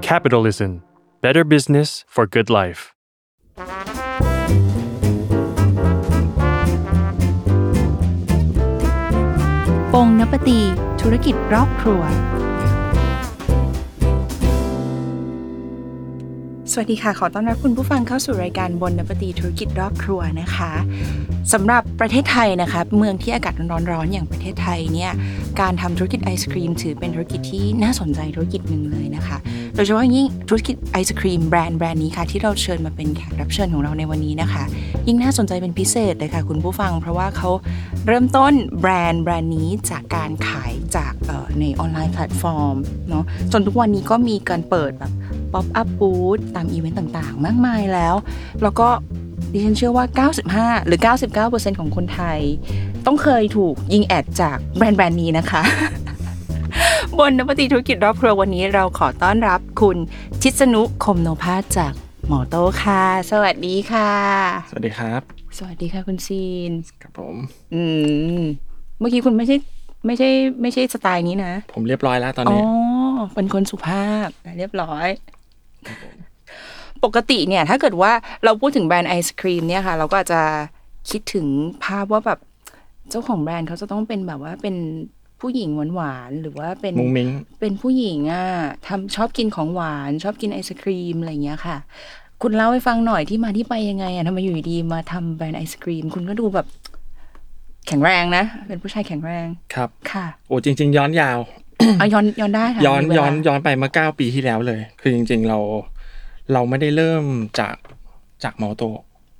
Capitalism Better Business for Good Life ปงนปตีธุรกิจรอบครัว สวัสดีค่ะ ขอต้อนรับคุณผู้ฟังเข้าสู่รายการบนนปตีธุรกิจรอบครัวนะคะสำหรับประเทศไทยนะคะ เมืองที่อากาศร้อนๆอย่างประเทศไทยเนี่ยการทำธุรกิจไอศครีมถือเป็นธุรกิจที่น่าสนใจธุรกิจหนึ่งเลยนะคะ โดยเฉพาะยิ่งธุรกิจไอศครีมแบรนด์แบรนด์นี้ค่ะที่เราเชิญมาเป็นแขกรับเชิญของเราในวันนี้นะคะ ยิ่งน่าสนใจเป็นพิเศษเลยค่ะคุณผู้ฟัง เพราะว่าเขาเริ่มต้นแบรนด์แบรนด์นี้จากการขายจากเอ่อในออนไลน์แพลตฟอร์มเนาะจนทุกวันนี้ก็มีการเปิดแบบ ป๊อปอัพบูธตามอีเวนต์ต่างๆ มากมายแล้ว แล้วก็ดิฉันเชื่อว่า 95 หรือ 99%ของคนไทย ต้องเคยถูกยิงแอดจากแบรนด์แบรนด์นี้นะคะ บนนวัติธุรกิจรอบครัววันนี้เราขอต้อนรับคุณชิสนุคมโนภาสจากหมอโต้ค่ะ สวัสดีค่ะ สวัสดีครับ สวัสดีค่ะคุณซีน กับผม อืม เมื่อกี้คุณไม่ใช่ไม่ใช่ไม่ใช่สไตล์นี้นะ ผมเรียบร้อยแล้วตอน อ๋อ นี้ เป็นคนสุภาพเรียบร้อย ปกติเนี่ย ถ้าเกิดว่าเราพูดถึงแบรนด์ไอศครีมเนี่ยค่ะ เราก็อาจจะคิดถึงภาพว่าแบบเจ้าของแบรนด์เขาจะต้องเป็นแบบว่าเป็นผู้หญิงหวานๆหรือว่าเป็น มุ้งมิ้ง เป็นผู้หญิงอ่ะทำชอบกินของหวาน ชอบกินไอศครีมอะไรอย่างเงี้ยค่ะ คุณเล่าให้ฟังหน่อยที่มาที่ไปยังไงอ่ะทำไมอยู่ดีๆมาทำแบรนด์ไอศครีม คุณก็ดูแบบ แข็งแรงนะ เป็นผู้ชายแข็งแรง ครับ ค่ะ โอ้จริง ๆ ย้อนยาว เอาย้อนย้อนได้ค่ะ ย้อน มีเวลา ย้อนย้อนไปเมื่อเก้าปีที่แล้วเลย คือจริง ๆ เรา เราไม่ได้เริ่มจากจากมอโต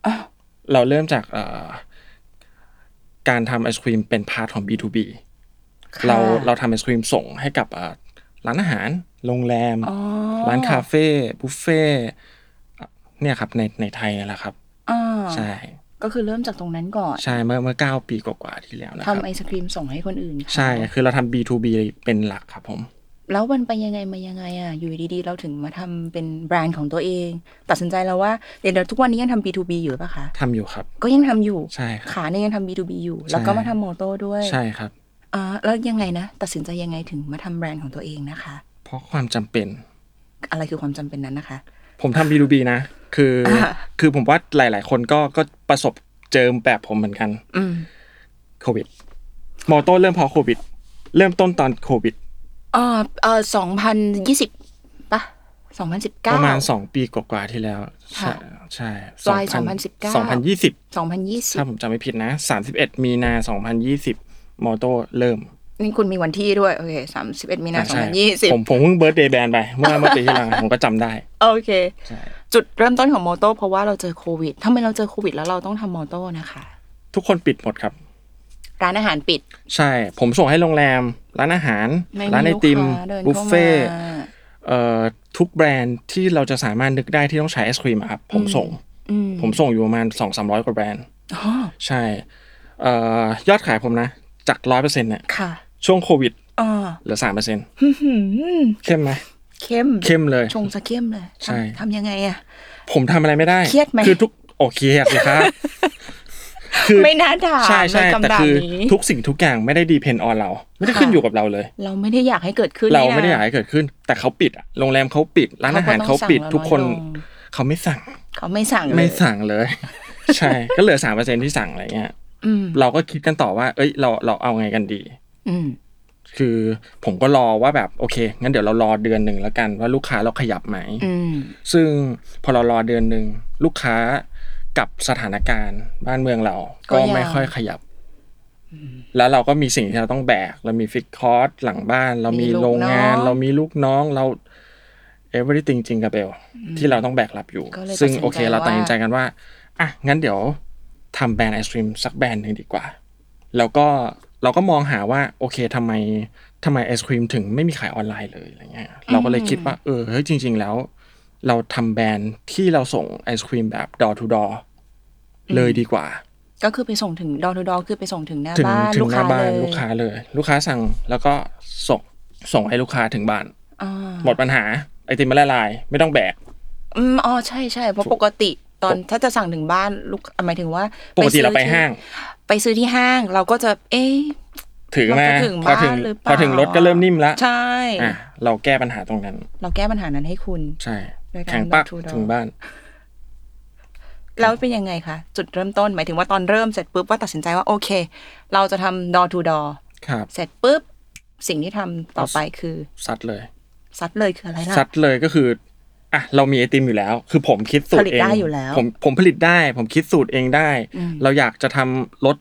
อ้าว เราเริ่มจากเอ่อการทำไอศครีมเป็นพาร์ทของ B2B ค่ะ เราเราทำไอศครีมส่งให้กับเอ่อร้านอาหาร โรงแรม อ๋อ ร้านคาเฟ่บุฟเฟ่เนี่ยครับในในไทยนี่แหละครับ อ่า ใช่ ก็คือเริ่มจากตรงนั้นก่อน ใช่เมื่อเมื่อเก้าปีกว่าๆที่แล้วนะครับ ทำไอศครีมส่งให้คนอื่นค่ะ ใช่ คือเราทำ B2B เป็นหลักครับผม แล้วมันไปยังไงมายังไงอ่ะ อยู่ดีๆ เราถึงมาทำเป็นแบรนด์ของตัวเอง ตัดสินใจแล้วว่าเดี๋ยวทุกวันนี้ยังทำ B2B อยู่หรือเปล่าคะ ทำอยู่ครับ ก็ยังทำอยู่ ใช่ครับ ขาเนี่ยยังทำ B2B อยู่ แล้วก็มาทำโมโต้ด้วย ใช่ครับ อ่าแล้วยังไงนะ ตัดสินใจยังไงถึงมาทำแบรนด์ของตัวเองนะคะ เพราะความจำเป็น อะไรคือความจำเป็นนั้นนะคะ ผมทำ B2B นะ คือ อ่า คือผมว่าหลาย ๆ คนก็ ก็ประสบเจอแบบผมเหมือนกัน อืม โควิด มอโต้เริ่มเพอโควิด เริ่มต้นตอนโควิด อ่าเออสองพันยี่สิบปะสองพันสิบเก้า ประมาณ 2 ปีกว่า ๆ ที่แล้ว ใช่ ค่ะ ใช่ ปลาย2019 2020 สองพันยี่สิบ ถ้าผมจำไม่ผิดนะ 31 มีนา 2020 มอโต้เริ่ม นี่คุณมีวันที่ด้วย โอเคสามสิบเอ็ดมีนา อ่ะ สอง ใช่ พันยี่สิบ ผม ผมเพิ่งเบิร์ดเดย์แบนไป เมื่อเมื่อปีที่แล้วผมก็จำได้ โอเค ใช่ จุดเริ่มต้นของโมโต้เพราะว่าเราเจอโควิดทำไมเราเจอโควิดแล้วเราต้องทำโมโต้นะคะ ทุกคนปิดหมดครับ ร้านอาหารปิด ใช่ ผมส่งให้โรงแรม ร้านอาหาร ไม่ ร้านไอ มีลูก ติม ค้าเดิน บุฟ เข้า เฟ่ต์ มา เอ่อทุกแบรนด์ที่เราจะสามารถนึกได้ที่ต้องใช้ไอศครีมอะครับ ผมส่ง อืม ผมส่งอยู่ประมาณ 2 3 0 0 กว่าแบรนด์ อ๋อ ใช่เอ่อยอดขายผมนะ จาก 100%เนี่ย ค่ะ ช่วงโควิด อ๋อ เหลือ 3% หือหือ เข้มไหม เข้ม เข้มเลย ชงซะเข้มเลย ใช่ ทำทำยังไงอะ ผมทำอะไรไม่ได้ เครียดไหม คือทุกโอเครียดเลยครับ คือ ไม่น่าด่า ใช่นใช่แต่ คำด่า คือ นี้ ทุกสิ่งทุกอย่างไม่ได้ดีเพนออนเรา ไม่ได้ ค่ะ ขึ้นอยู่กับเราเลย เราไม่ได้อยากให้เกิดขึ้น เรา นี่นะ ไม่ได้อยากให้เกิดขึ้น แต่เขาปิดอะโรงแรมเขาปิด ร้านอาหารเขาปิด ทุกคน เขาก็ต้องสั่งเราน้อยลง เขาไม่สั่ง เขาไม่สั่งเลย ไม่สั่งเลย ใช่ ก็เหลือสามเปอร์เซ็นที่สั่งอะไรเงี้ย อืม เราก็คิดกันต่อว่า เอ้ย เรา เราเอาไงกันดี อืม คือผมก็รอว่าแบบ โอเค งั้นเดี๋ยวเรารอเดือนหนึ่งแล้วกันว่าลูกค้าเราขยับไหม อืม ซึ่งพอเรารอเดือนหนึ่งลูกค้ากับสถานการณ์บ้านเมืองเรา ก็ไม่ค่อยขยับ แล้วเราก็มีสิ่งที่เราต้องแบก เรามีฟิกคอร์สหลังบ้าน เรามีโรงงาน เรามีลูกน้องเรา everything จริงกับเบลที่เราต้องแบกรับอยู่ ซึ่งโอเค เราตัดสินใจกันว่าอ่ะงั้นเดี๋ยวทำแบรนด์ไอศครีมสักแบรนด์หนึ่งดีกว่า แล้วก็เราก็มองหาว่า โอเคทำไมทำไมไอศครีมถึงไม่มีขายออนไลน์เลยอะไรเงี้ยเราก็เลยคิดว่าเออเฮ้ยจริง ๆ แล้ว เราทำแบรนด์ที่เราส่งไอศครีมแบบ door to door เลยดีกว่า ก็คือไปส่งถึงดอทูดอคือไปส่งถึงหน้า ถึง บ้าน ถึ ลู ง ก ห ค้า น้าบ้าน เลย ลูกค้าเลย ลูกค้าสั่งแล้วก็ส่งส่งให้ลูกค้าถึงบ้าน อ่า หมดปัญหาไอติมมันละลาย ไม่ต้องแบก อืมอ๋อใช่ใช่เพราะปกติตอนถ้าจะสั่งถึงบ้านลูกหมายถึงว่า ปกติเราไป ซื้อที่ ห้าง ไปซื้อที่ห้าง เราก็จะ เอ๊ะ ถึงมา เราจะถึง พอถึง บ้านหรือเปล่า พอถึงรถก็เริ่มนิ่มละ ใช่ อ่ะเราแก้ปัญหาตรงนั้น เราแก้ปัญหานั้นให้คุณ ใช่ โดยการ แข็งปัก Door to Door ถึงบ้าน แล้วเป็นยังไงคะ จุดเริ่มต้นหมายถึงว่าตอนเริ่มเสร็จปุ๊บว่าตัดสินใจว่าโอเค เราจะทำ door to door ครับ เสร็จปุ๊บ สิ่งที่ทำต่อไปคือ ซัดเลย ซัดเลยคืออะไรล่ะ ซัดเลยก็คืออ่ะเรามีไอติมอยู่แล้ว คือผมคิดสูตรเอผลิงตได้อยู่แล้ว ผมผมผลิตได้ ผมคิดสูตรเองได้ อืม เราอยากจะทำรส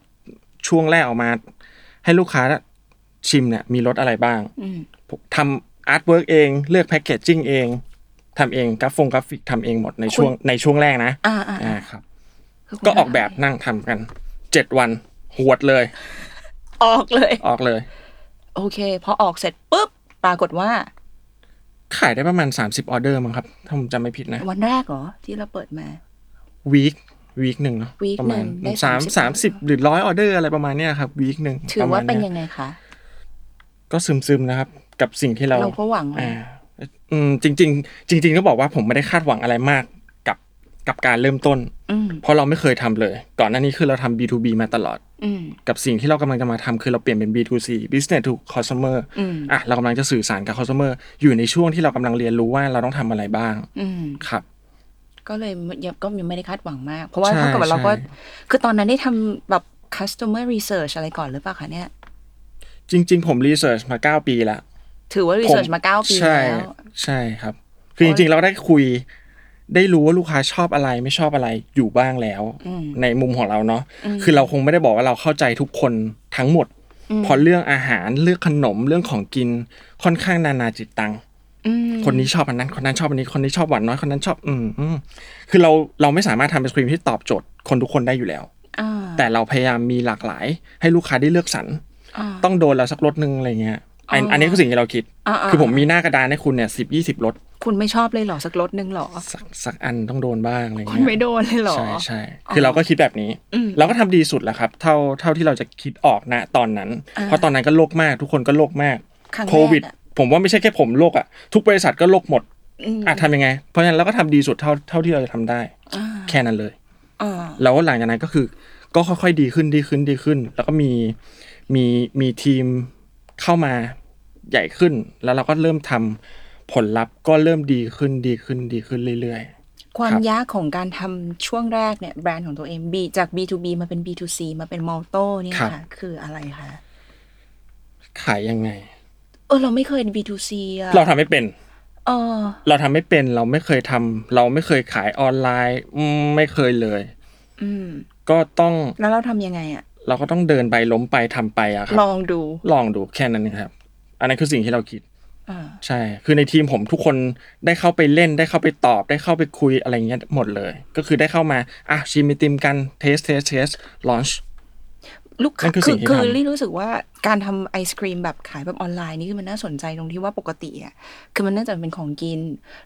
ช่วงแรกออกมา ให้ลูกค้าชิมเนี่ยมีรสอะไรบ้าง อืม ผมทำอาร์ตเวิร์กเองเลือกแพคเกจจิ้งเองทำเองกราฟงกราฟิกทำเองหมดในช่วงในช่วงแรกนะ อ่าอ่า อ่าครับ คืคุณ ก็ออกแบบนั่งทำกันเจ็ดวันหวดเลย ออกเลย ออกเลย โอเค พอออกเสร็จปุ๊บ ปรากฏว่า ขายได้ประมาณ 30ออเดอร์มั้งครับ ถ้าผมจำไม่ผิดนะ วันแรกเหรอ ที่เราเปิดมา วีควีคหนึ่งเนาะ Week ประมาณ หนึ่งได้ สาม สา สาม ม สิ สิ บ บหรือร้อยออเดอร์อะไรประมาณเนี้ยครับวีคหนึ่ง ถือว่าเป็น ระมณ ยังไงคะ ก็ซึมซึมๆนะครับ กับสิ่งที่เรา เราก็หวังไว้ อ่าอืมจริงจริงๆ จริงๆก็บอกว่าผมไม่ได้คาดหวังอะไรมากกับกับการเริ่มต้น อืม เพราะเราไม่เคยทำเลย ก่อนหน้านี้คือเราทำ B2B มาตลอด อืม กับสิ่งที่เรากำลังจะมาทำคือเราเปลี่ยนเป็น B2C business to consumer อืม อ่ะเรากำลังจะสื่อสารกับ consumer อยู่ในช่วงที่เรากำลังเรียนรู้ว่าเราต้องทำอะไรบ้าง อืม ครับ ก็เลยยังก็ยังไม่ได้คาดหวังมาก เพราะว่า ใช่ เท่ากับว่าเราก็ ใช่ คือตอนนั้นได้ทำแบบ customer research อะไรก่อนหรือเปล่าคะเนี่ย จริง ๆ ผมรีเสิร์ชมาเก้าปีละ ถือว่า research ผ มาเก้าปี ใช่ แล้ว ใช่ครับ คือจริงๆเราได้คุย ได้รู้ว่าลูกค้าชอบอะไรไม่ชอบอะไรอยู่บ้างแล้ว อืม ในมุมของเราเนาะคือเราคงไม่ได้บอกว่าเราเข้าใจทุกคนทั้งหมด เพราะเรื่องอาหารเรื่องขนมเรื่องของกินค่อนข้างนานาจิตตัง อืม คนนี้ชอบอันนั้น คนนั้นชอบอันนี้ คนนี้ชอบหวานน้อย คนนั้นชอบ อืมอืมคือเราเราไม่สามารถทำเป็นสครีมที่ตอบโจทย์คนทุกคนได้อยู่แล้ว อ่า แต่เราพยายามมีหลากหลาย ให้ลูกค้าได้เลือกสรร อ่า ต้องโดนเราสักรถนึงอะไรเงี้ยอัน อ๋ออั อันนี้คือสิ่งที่เราคิด อ่าๆ คือผมมีหน้ากระดานให้คุณเนี่ยสิบยี่สิบรถ คุณไม่ชอบเลยเหรอ สักรถนึงเหรอ สักสักอันต้องโดนบ้างอะไร คุ เงี้ ณ ย ไม่โดนเลยเหรอ ใช่ใช่คือเราก็คิดแบบนี้ เราก็ทำดีสุดแหละครับ เท่าเท่าที่เราจะคิดออกนะตอนนั้น อ่า เพราะตอนนั้นก็โลกมาก ทุกคนก็โลกมาก ครั้งแรกอะ โควิด ผมว่าไม่ใช่แค่ผมโลกอ่ะทุกบริษัทก็โลกหมด อืม อ่ะทำยังไง เพราะฉะนั้นเราก็ทำดีสุดเท่าเท่าที่เราจะทำได้ อ่า แค่นั้นเลย อ่า แล้วหลังจากนั้นก็คือก็ค่อยๆดีขึ้นดีขึ้นดีขึ้น แล้วก็มีมีมีทีมเข้ามาใหญ่ขึ้น แล้วเราก็เริ่มทำผลลัพธ์ก็เริ่มดีขึ้นดีขึ้นดีขึ้นเรื่อย ความ ครับ ยากของการทำช่วงแรกเนี่ย แบรนด์ของตัวเอง B จาก B2B มาเป็น B2C มาเป็นมอลโต้เนี่ยค่ะ คืออะไรคะ ๆ ขายยังไง เออ เราไม่เคย B2C อะ เราทำไม่เป็น เออ เราทำไม่เป็นเราไม่เคยทำเราไม่เคยขายออนไลน์อืมไม่เคยเลย อืม ก็ต้อง แล้วเราทำยังไงอะ เราก็ต้องเดินไปล้มไปทำไปอะครับ ลองดู ลองดูแค่นั้นเองครับ อันนั้นคือสิ่งที่เราคิด อ่า ใช่ คือในทีมผมทุกคนได้เข้าไปเล่น ได้เข้าไปตอบ ได้เข้าไปคุยอะไรเงี้ยหมดเลย ก็คือได้เข้ามา อ่ะชิมไอติมกัน เทส เทส เทส ลอนช ลูกค้า นั่นคือ คื สิ่ อง ที่ คือ ทำ ลี่รู้สึกว่าการทำไอศครีมแบบขายแบบออนไลน์นี่คือมันน่าสนใจตรงที่ว่าปกติอ่ะคือมันน่าจะเป็นของกิน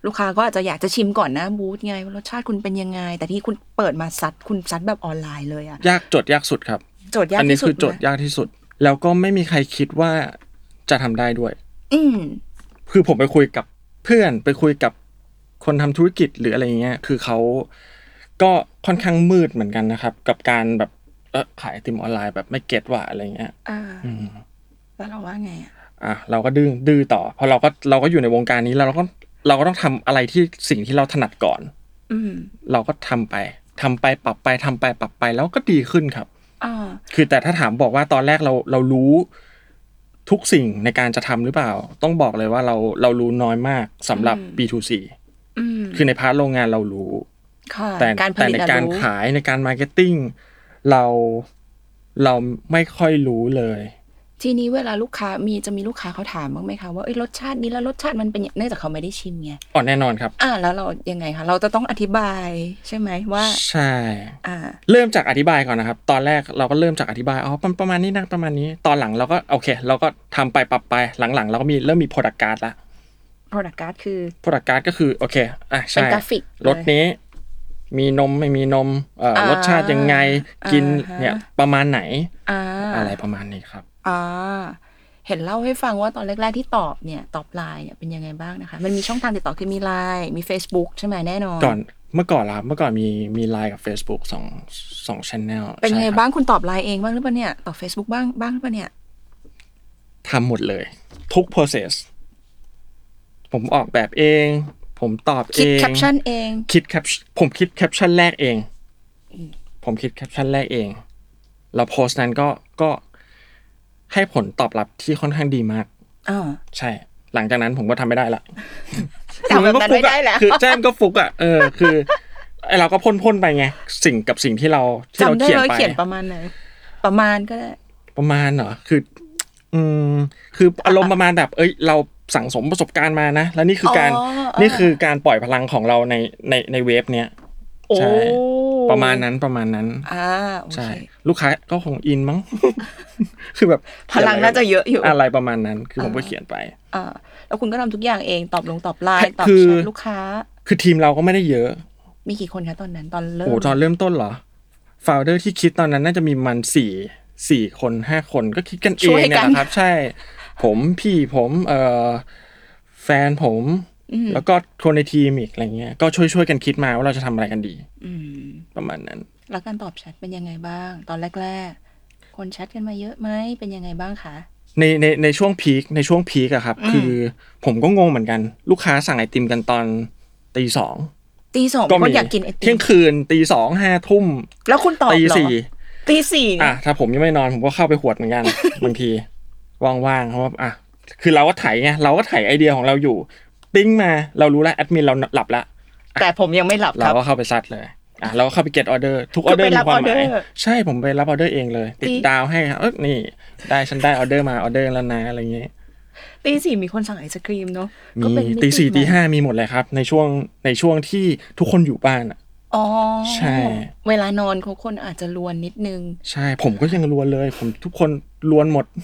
ลูกค้าก็อาจจะอยากจะชิมก่อนหนะบูธไงว่ารสชาติคุณเป็นยังไง แต่ที่คุณเปิดมาซัดคุณซัดแบบออนไลน์เลยอ่ะ ยากโจทย์ยากสุดครับ โจทย์ยาก อันนี้ ที่สุ คื ด โจทย์ยากที่สุด แล้วก็ไม่มีใครคิดว่าจะทำได้ด้วย อืม คือผมไปคุยกับเพื่อนไปคุยกับคนทำธุรกิจหรืออะไรเงี้ย คือเขาก็ค่อนข้างมืดเหมือนกันนะครับ กับการแบบเออขายไอติมออนไลน์แบบไม่เก็ตว่าอะไรเงี้ย อ่า อืม แล้วเราว่าไงอ่ะ อ่ะเราก็ดื้อดื้อต่อเพราะเราก็เราก็อยู่ในวงการนี้แล้วเราก็เราก็ต้องทำอะไรที่สิ่งที่เราถนัดก่อน อืม เราก็ทำไปทำไปปรับไปทำไปปรับไปแล้วก็ดีขึ้นครับ อ่า คือแต่ถ้าถามบอกว่าตอนแรกเราเรารู้ทุกสิ่งในการจะทำหรือเปล่า ต้องบอกเลยว่าเราเรารู้น้อยมากสำหรับ B2C อืม คือในพาร์ทโรงงานเรารู้ ค่ะ แต่ การผ แต่ ลิต ใน อะ การ รู้ ขายในการมาร์เก็ตติ้งเราเราไม่ค่อยรู้เลย ทีนี้เวลาลูกค้ามีจะมีลูกค้าเขาถามบ้างไหมคะว่าเอ้ยรสชาตินี้แล้วรสชาติมันเป็นยังเนื่องจากเขาไม่ได้ชิมไง อ่อนแน่นอนครับ อ่าแล้วเรายังไงคะเราจะต้องอธิบายใช่ไหมว่า ใช่ อ่า เริ่มจากอธิบายก่อนนะครับ ตอนแรกเราก็เริ่มจากอธิบายอ๋อประประมาณนี้นะประมาณนี้ ตอนหลังเราก็โอเค เราก็ทำไปปรับไปหลังๆ เราก็มีเริ่มมี product card ละ product card คือ product card ก็คือโอเคอ่ะใช่ เป็นกราฟิก รสนี้ มีนมไม่มีนมเอ่ออา รสชาติยังไงกินเนี่ยประมาณไหน อ่า อะไรประมาณนี้ครับ อ่าเห็นเล่าให้ฟังว่าตอนแรก ๆที่ตอบเนี่ย ตอบไลน์เนี่ยเป็นยังไงบ้างนะคะ มันมีช่องทางติดต่อคือมีไลน์มี Facebook ใช่ไหมแน่นอน ก่อนเมื่อก่อนละครับเมื่อก่อนมีมีไลน์กับ Facebook สองสองช่อง เป็นไง ใช่ครั บ้างคุณตอบไลน์เองบ้างหรือเปล่าเนี่ยตอบ Facebook บ้างบ้างหรือเปล่าเนี่ย ทำหมดเลย ทุก process ผมออกแบบเอง ผมตอบเอ คิด ง แคปชั่นเอง คิดแคปชผมคิดแคปชั่นแรกเอง ผมคิดแคปชั่นแรกเอง แล้วโพสต์นั้นก็ก็ให้ผลตอบรับที่ค่อนข้างดีมาก อ่า ใช่ หลังจากนั้นผมก็ทำ ไม่ได้ละ แต่แบบนั้นไม่ได้แล้ว คือแจมนก็ฟุกอ่ะ เออ คือไอเราก็พ่นพ่นๆไปไง สิ่งกับสิ่งที่เราที่เรา จำได้ เขียน เลย ไป เขียนประมาณไหนประมาณก็ได้ ประมาณเหรอ คือ อืม คืออารมณ์ประมาณแบบ เอ้ย เราสั่งสมประสบการณ์มานะ แล้วนี่คือการ อ๋ออ๋อ นี่คือการปล่อยพลังของเราใน ใน ในเวฟเนี้ย โอ้ ใช่ ประมาณนั้น ประมาณนั้น อ่าโอเค ใช่ ลูกค้าก็คงอินมั้ง คือแบบ พลังน่าจะเยอะอยู่ อะไรประมาณนั้น คือผมก็ อ่า เขียนไป อ่าแล้วคุณก็ทำทุกอย่างเองตอบลงตอบไลน์ตอบ คือ แชทลูกค้า คือทีมเราก็ไม่ได้เยอะ มีกี่คนคะตอนนั้นตอนเริ่ม โอ้โหตอนเริ่มต้นเหรอ ฟาวเดอร์ที่คิดตอนนั้นน่าจะมีประมันสี่สี่คนห้าคนก็คิดกันเองเนี่ยแหละครับ ใช่ ผมพี่ผมเอ่อแฟนผม แล้วก็คนในทีมอีกอะไรเงี้ย ก็ช่วยช่วยๆกันคิดมาว่าเราจะทำอะไรกันดี อืม ประมาณนั้น แล้วการตอบแชทเป็นยังไงบ้าง ตอนแรก ๆ คนแชทกันมาเยอะไหมเป็นยังไงบ้างคะ ในในในช่วงพีคในช่วงพีคอะครับ คือผมก็งงเหมือนกัน ลูกค้าสั่งไอติมกันตอนตีสอง ตีสอง ก็ ค มี นอยากกินไอติม เที่ยงคืนตีสองห้าทุ่ม แล้วคุณตอบ ตี เหรอ สี่ ตีสี่ อ่ะถ้าผมยังไม่นอนผมก็เข้าไปหวดเหมือน กัน บางทีว่างๆเพราะว่าอ่ะคือเราก็ไถ่ายไงเราก็ไถ่ายไอเดียของเราอยู่ปิ้งมาเรารู้แล้วแอดมินเราหลับละ แต่ผมยังไม่หลับค เรา รับ ก็เข้าไปซัดเลยอ่ะเราก็เข้าไปเก็ตออเดอร์ทุกอ คือ อ เดอร์ ไปรั มี บ ความหมาย order ใช่ผมไปรับออเดอร์เองเลย ติดดาวให้ครับเอ้ยนี่ได้ฉันได้ออเดอร์มาออเดอร์แล้วนะอะไรเงี้ย ตีสี่มีคนสั่งไอศครีมเนาะก็ มี เป็นมิ ตีสี่ ใม่ ตีห้ามีหมดเลยครับ ในช่วงในช่วงที่ทุกคนอยู่บ้านอ่ะ อ๋อ ใช่ เวลานอนของคนอาจจะลวนนิดนึง ใช่ ผมก็ยังรวนเลย ผมทุกคนรวนหมด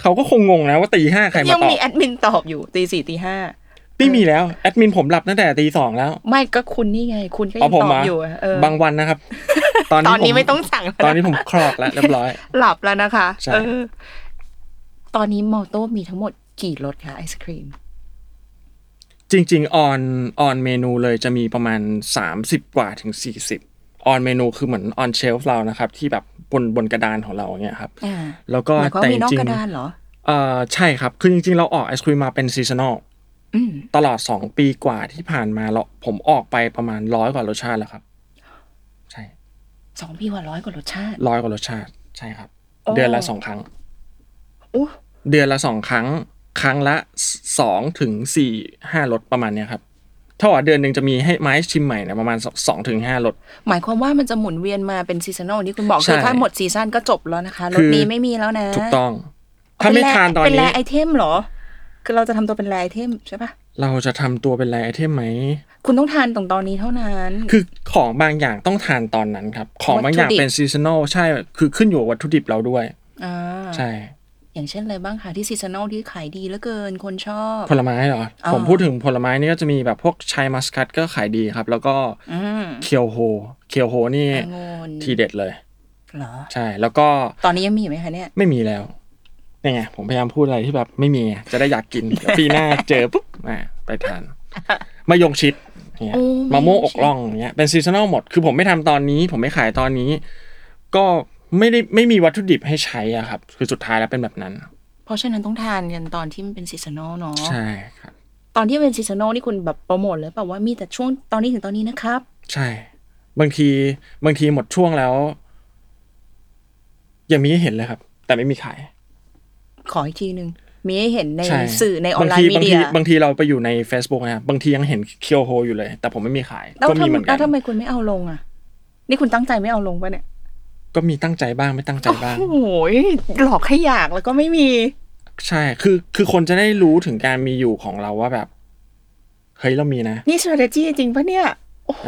เขาก็คงงงนะว่าตีห้าใครมา ยัง ตอบ มีแอดมินตอบอยู่ตีสี่ตีห้า ไม่มีแล้ว แอดมินผมหลับตั้งแต่ตีสองแล้ว ไม่ก็คุณนี่ไง คุณก็ยัเอาง ผม ตอบ มา อยู่อะเออบ างวัน นะครับ ตอน ตอนนี้ ผ ไม่ต้อง สั่งแล้ว ตอนนี้ ะ ผมคลอกแล้วเรียบร้อย หลับแล้วนะคะ ใช่ เออตอนนี้มอโต้มีทั้งหมดกี่รสคะไอศครีม จริง ๆ ออนออนเมนูเลยจะมีประมาณ 30 กว่าถึง 40 ออนเมนูคือเหมือนออนเชลฟ์เรานะครับ ที่แบบบนบนกระดานของเราอย่างเงี้ยครับ อ่า แล้วก็ หมายความ แต่ ว่า จ มีนอก ริง กระดานเหรอ ๆเอ่อใช่ครับ คือจริง ๆ เราออกไอศครีมมาเป็นซีซันอล อืม ตลอด 2 ปีกว่าที่ผ่านมาเราผมออกไปประมาณร้อยกว่ารสชาติแล้วครับ ใช่ สองพี่ว่าร้อยกว่ารสชาติ ร้อยกว่ารสชาติใช่ครับ โอ้ เดือนละสองครั้ง อู้ เดือนละสองครั้ง ครั้งละสองถึงสี่ห้ารสประมาณเนี้ยครับถ้าว่าเดือนหนึ่งจะมีให้ไม้ชิมใหม่เนี่ยประมาณสองถึงห้ารส หมายความว่ามันจะหมุนเวียนมาเป็นซีซันอลที่คุณบอก ใช่ คือถ้าหมดซีซันก็จบแล้วนะคะร คื ถ อ นี้ไม่มีแล้วนะ ถูกต้อง ถ้าไม่ เป็แร่ ทานตอน เป็นแร นี้ ไอเทมเหรอ คือเราจะทำตัวเป็นแรไอเทมใช่ปะ เราจะทำตัวเป็นไรไอเทมไหม คุณต้องทานตรงตอนนี้เท่านั้น คือของบางอย่างต้องทานตอนนั้นครับ ของบางอย่าง วัตถุดิบ เป็นซีซันอลใช่ คือขึ้นอยู่กับวัตถุดิบเราด้วย อ่า ใช่ อย่างเช่นอะไรบ้างคะที่ซีซันอลที่ขายดีเหลือเกินคนชอบ ผลไม้เหรอ อ่า ผมพูดถึงผลไม้นี่ก็จะมีแบบพวกชายมัสคัตก็ขายดีครับ แล้วก็ อืม เคียวโฮ เคียวโฮนี่ องุ่น ทีเด็ดเลย เหรอ ใช่ แล้วก็ ตอนนี้ยังมีอยู่ไหมคะเนี่ย ไม่มีแล้วนี่ไงผมพยายามพูดอะไรที่แบบไม่มีไงจะได้อยากกิน ปีหน้าเจอปุ๊บมาไป ทานมะยงชิดอย่างเงี้ย โอ้ มะม่วง มะยงชิด อกล่องอย่างเงี้ยเป็นซีซันอลหมด คือผมไม่ทำตอนนี้ ผมไม่ขายตอนนี้ ก็ไม่ได้ไม่มีวัตถุดิบให้ใช้อ่ะครับ คือสุดท้ายแล้วเป็นแบบนั้น เพราะฉะนั้นต้องทานกันตอนที่มันเป็นซีซันอลเนาะ ใช่ครับ ตอนที่เป็นซีซันอลนี่คุณแบบโปรโมทเลยแบบว่ามีแต่ช่วงตอนนี้ถึงตอนนี้นะครับ ใช่ บางทีบางทีหมดช่วงแล้ว ยังมีให้เห็นเลยครับ แต่ไม่มีขาย ขออีกทีหนึ่งมีให้เห็นใน ช่ สื่อในออนไลน์มี บาง เดี ที ย บางทีบางทีเราไปอยู่ใน Facebook นะครับบางทียังเห็นเคียวโฮอยู่เลย แต่ผมไม่มีขาย แล้ว ก็มี ทำ เหมือนกั แล้ น วทำไมคุณไม่เอาลงอ่ะ นี่คุณตั้งใจไม่เอาลงปะเนี่ย ก็มีตั้งใจบ้างไม่ตั้งใจบ้าง โอ้โหยหลอกให้อยากแล้วก็ไม่มี ใช่ คือคือคนจะได้รู้ถึงการมีอยู่ของเราว่าแบบ เฮ้ยเรามีนะ นี่ strategy จริงปะเนี่ย โอ้โห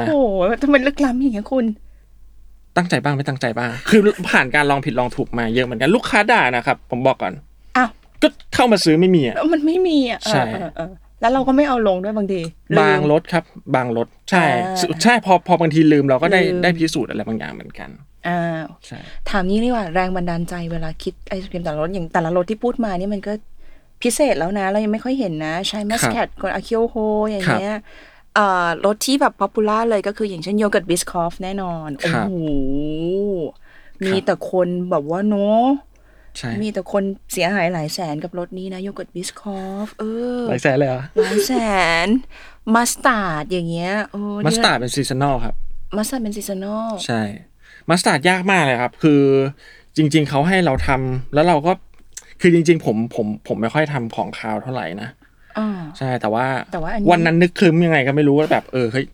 ทำไมลึกล้ำอย่างเงี้ยคุณ ตั้งใจบ้างไม่ตั้งใจบ้าง คือผ่านการลองผิดลองถูกมาเยอะเหมือนกันลูกค้าด่านะครับ ผมบอกก่อน อ้าว ก็เข้ามาซื้อไม่มีอ่ะ แล้วมันไม่มีอ่ะเออ ใช่ เออเออแล้วเราก็ไม่เอาลงด้วยบางทีลืม บางรถครับ บางรถใช่ อ่า ใช่พอพอบางทีลืมเราก็ได้ ลืม ได้พิสูจน์อะไรบางอย่างเหมือนกัน อ่า ใช่ ถามนี้ดีกว่าแรงบันดาลใจเวลาคิดไอศครีมแต่ละรสอย่างแต่ละรสที่พูดมาเนี่ยมันก็พิเศษแล้วนะ เรายังไม่ค่อยเห็นนะใช้มัสแคทกับอาคิโอโฮอย่างเงี้ยเอ่อรสที่แบบป๊อปปูล่าเลยก็คืออย่างเช่นโยเกิร์ตบิสคอฟแน่นอน ค โอ้ รับ โห ครับ มีแต่คนแบบว่าเนาะ ใช่ มีแต่คนเสียหายหลายแสนกับรถนี้นะโยเกิร์ตบิสคอฟเออ หลายแสนเลยเหรอ หลายแสนมัสตาร์ดอย่างเงี้ยโอ้ มัสตาร์ดเป็นซีซันอลครับ มัสตาร์ดเป็นซีซันอล ใช่ มัสตาร์ดยากมากเลยครับ คือจริง ๆเขาให้เราทำแล้วเราก็คือจริง ๆ ผมผมผมไม่ค่อยทำของคาวเท่าไหร่นะ อ่า ใช่แต่ว่า แต่ว่าอันนี้ นนั้นนึกคลืมยังไงก็ไม่รู้ว่าแบบ เออเฮ้ย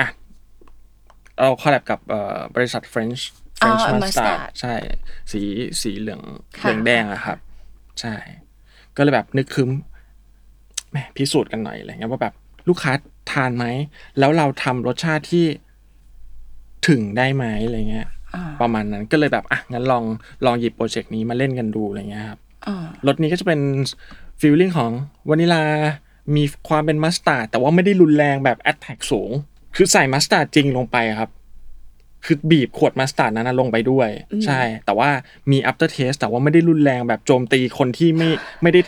อ่ะเราคอลแลบกับเอ่อบริษัท French อ๋อ Mustard French Mustard ใช่ สีสีเหลือง ค่ะ เหลืองแดงอะครับ ใช่ ก็เลยแบบนึกคลืมแหมพิสูจน์กันหน่อยอะไรเงี้ยว่าแบบลูกค้าทานไหม แล้วเราทำรสชาติที่ถึงได้ไหมอะไรเงี้ย อ่า ประมาณนั้นก็เลยแบบอ่ะงั้นลองลองหยิบโปรเจกต์นี้มาเล่นกันดูอะไรเงี้ยครับ อ่าร สนี้ก็จะเป็นฟิลลิ่งของวานิลา มีความเป็นมัสตาร์ดแต่ว่าไม่ได้รุนแรงแบบแอตแทกสูง คือใส่มัสตาร์ดจริงลงไปครับ คือบีบขวดมัสตาร์ดนั้นนะลงไปด้วย ใช่ แต่ว่ามี after taste แต่ว่าไม่ได้รุนแรงแบบโจมตีคนที่ไม่ไม่ได้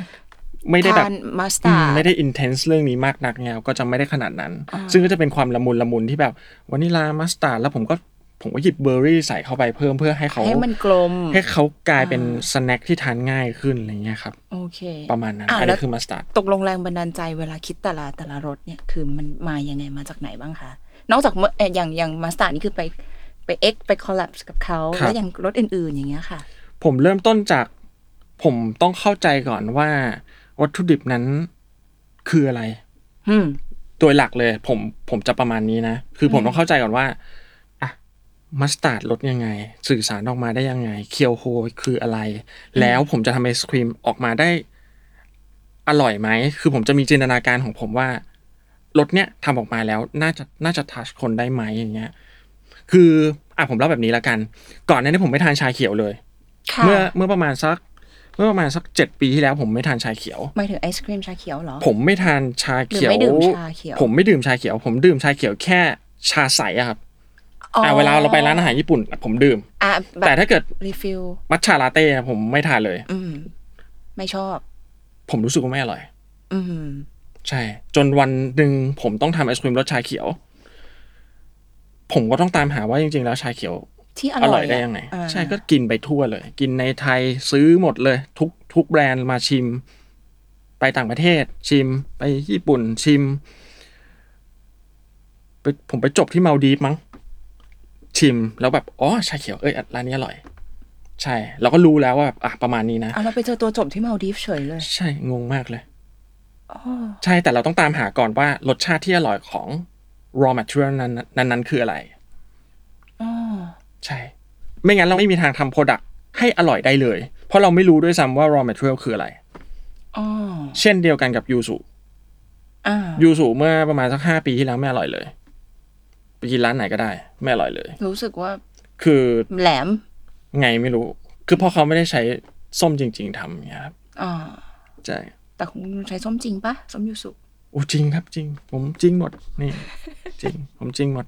ไม่ได้แบ ทา บ นมัสตาร์ อืม ด ไม่ได้ intense เรื่องนี้มากนักไงก็จะไม่ได้ขนาดนั้น ซึ่งก็จะเป็นความละมุนละมุนที่แบบวานิลามัสตาร์ดแล้วผมก็ผมก็หยิบเบอร์รี่ใส่เข้าไปเพิ่มเพื่อให้เขา ให้มันกลม ให้เขากลายเป็นสแน็คที่ทานง่ายขึ้นอะไรเงี้ยครับ โอเค ประมาณนั้น อ่ะ อัน แล้ว นี้คือมัสตาร์ด ตกลงแรงบันดาลใจเวลาคิดแต่ละแต่ละรสเนี่ยคือมันมายังไงมาจากไหนบ้างคะนอกจากเมื่อเอ่ออย่างอย่างมัสตาร์ดนี่คือไปไปเอ็กไปคอลลับกับเขาแล้วอย่างรสอื่นๆอย่างเงี้ยค่ะ ผมเริ่มต้นจากผมต้องเข้าใจก่อนว่า วัตถุดิบนั้นคืออะไร อืม โดยหลักเลย ผมผมจะประมาณนี้นะ คือผมต้องเข้าใจก่อนว่าอะมัสตาร์ดรสยังไง สื่อสารออกมาได้ยังไง เคียวโฮคืออะไร แล้วผมจะทำไอศครีมออกมาได้ อร่อยไหม คือผมจะมีจินตนาการของผมว่ารสเนี้ยทำออกมาแล้ว น่าจะน่าจะทัชคนได้ไหมอย่างเงี้ย คืออ่ะผมเล่าแบบนี้ละกัน ก่อนหน้านี้ผมไม่ทานชาเขียวเลย ค่ะ เมื่อเมื่อประมาณสัก เมื่อประมาณสักเจ็ดปีที่แล้ว ผมไม่ทานชาเขียว หมายถึงไอศครีมชาเขียวเหรอ ผมไม่ทานชาเขียหรือวไม่ดื่มชาเขียว ผมไม่ดื่มชาเขียว ผมดื่มชาเขียวแค่ชาใสอะครับ่ะเวลาเราไปร้านอาหารญี่ปุ่นผมดื่ม อ่ะ แต่ถ้าเกิด รีฟิล มัทฉาลาเต้ผมไม่ทานเลย อืม ไม่ชอบ ผมรู้สึกว่าไม่อร่อย อืม ใช่ จนวันหนึ่งผมต้องทำไอศครีมรสชาเขียว ผมก็ต้องตามหาว่าจริงๆแล้วชาเขียว ที่อ อร่ ร่ อย อะ ได้ยังไง อ่า ใช่ก็กินไปทั่วเลย กินในไทยซื้อหมดเลย ทุกทุกแบรนด์มาชิม ไปต่างประเทศ ชิม ไปญี่ปุ่นชิมไปผมไปจบที่มาลดีฟมั้งชิมแล้วแบบอ๋อชาเขียวเอ้ยร้านนี้อร่อย ใช่ เราก็รู้แล้วว่าแบบอ่ะประมาณนี้นะ เอาเราไปเจอตัวจบที่มาลดีฟเฉยเลย ใช่งงมากเลยใช่แต่เราต้องตามหาก่อนว่ารสชาติที่อร่อยของ raw material นั้นนั้นนั้นคืออะไร อ๋อ ใช่ ไม่งั้นเราไม่มีทางทำโปรดักต์ให้อร่อยได้เลย เพราะเราไม่รู้ด้วยซ้ำว่า raw material คืออะไร อ๋อ เช่นเดียวกันกับยูสุ อ่า ยูสุเมื่อประมาณสักห้าปีที่แล้วไม่อร่อยเลยไปกินร้านไหนก็ได้ ไม่อร่อยเลย รู้สึกว่า คือ แหลม ไงไม่รู้ คือเพราะเขาไม่ได้ใช้ส้มจริง ๆทำอย่างเงี้ยครับ อ่า ใช่ แต่ของคุณใช้ส้มจริงปะส้มยูสุ โอ้จริงครับจริง ผมจริงหมดนี่ จริง ผมจริงหมด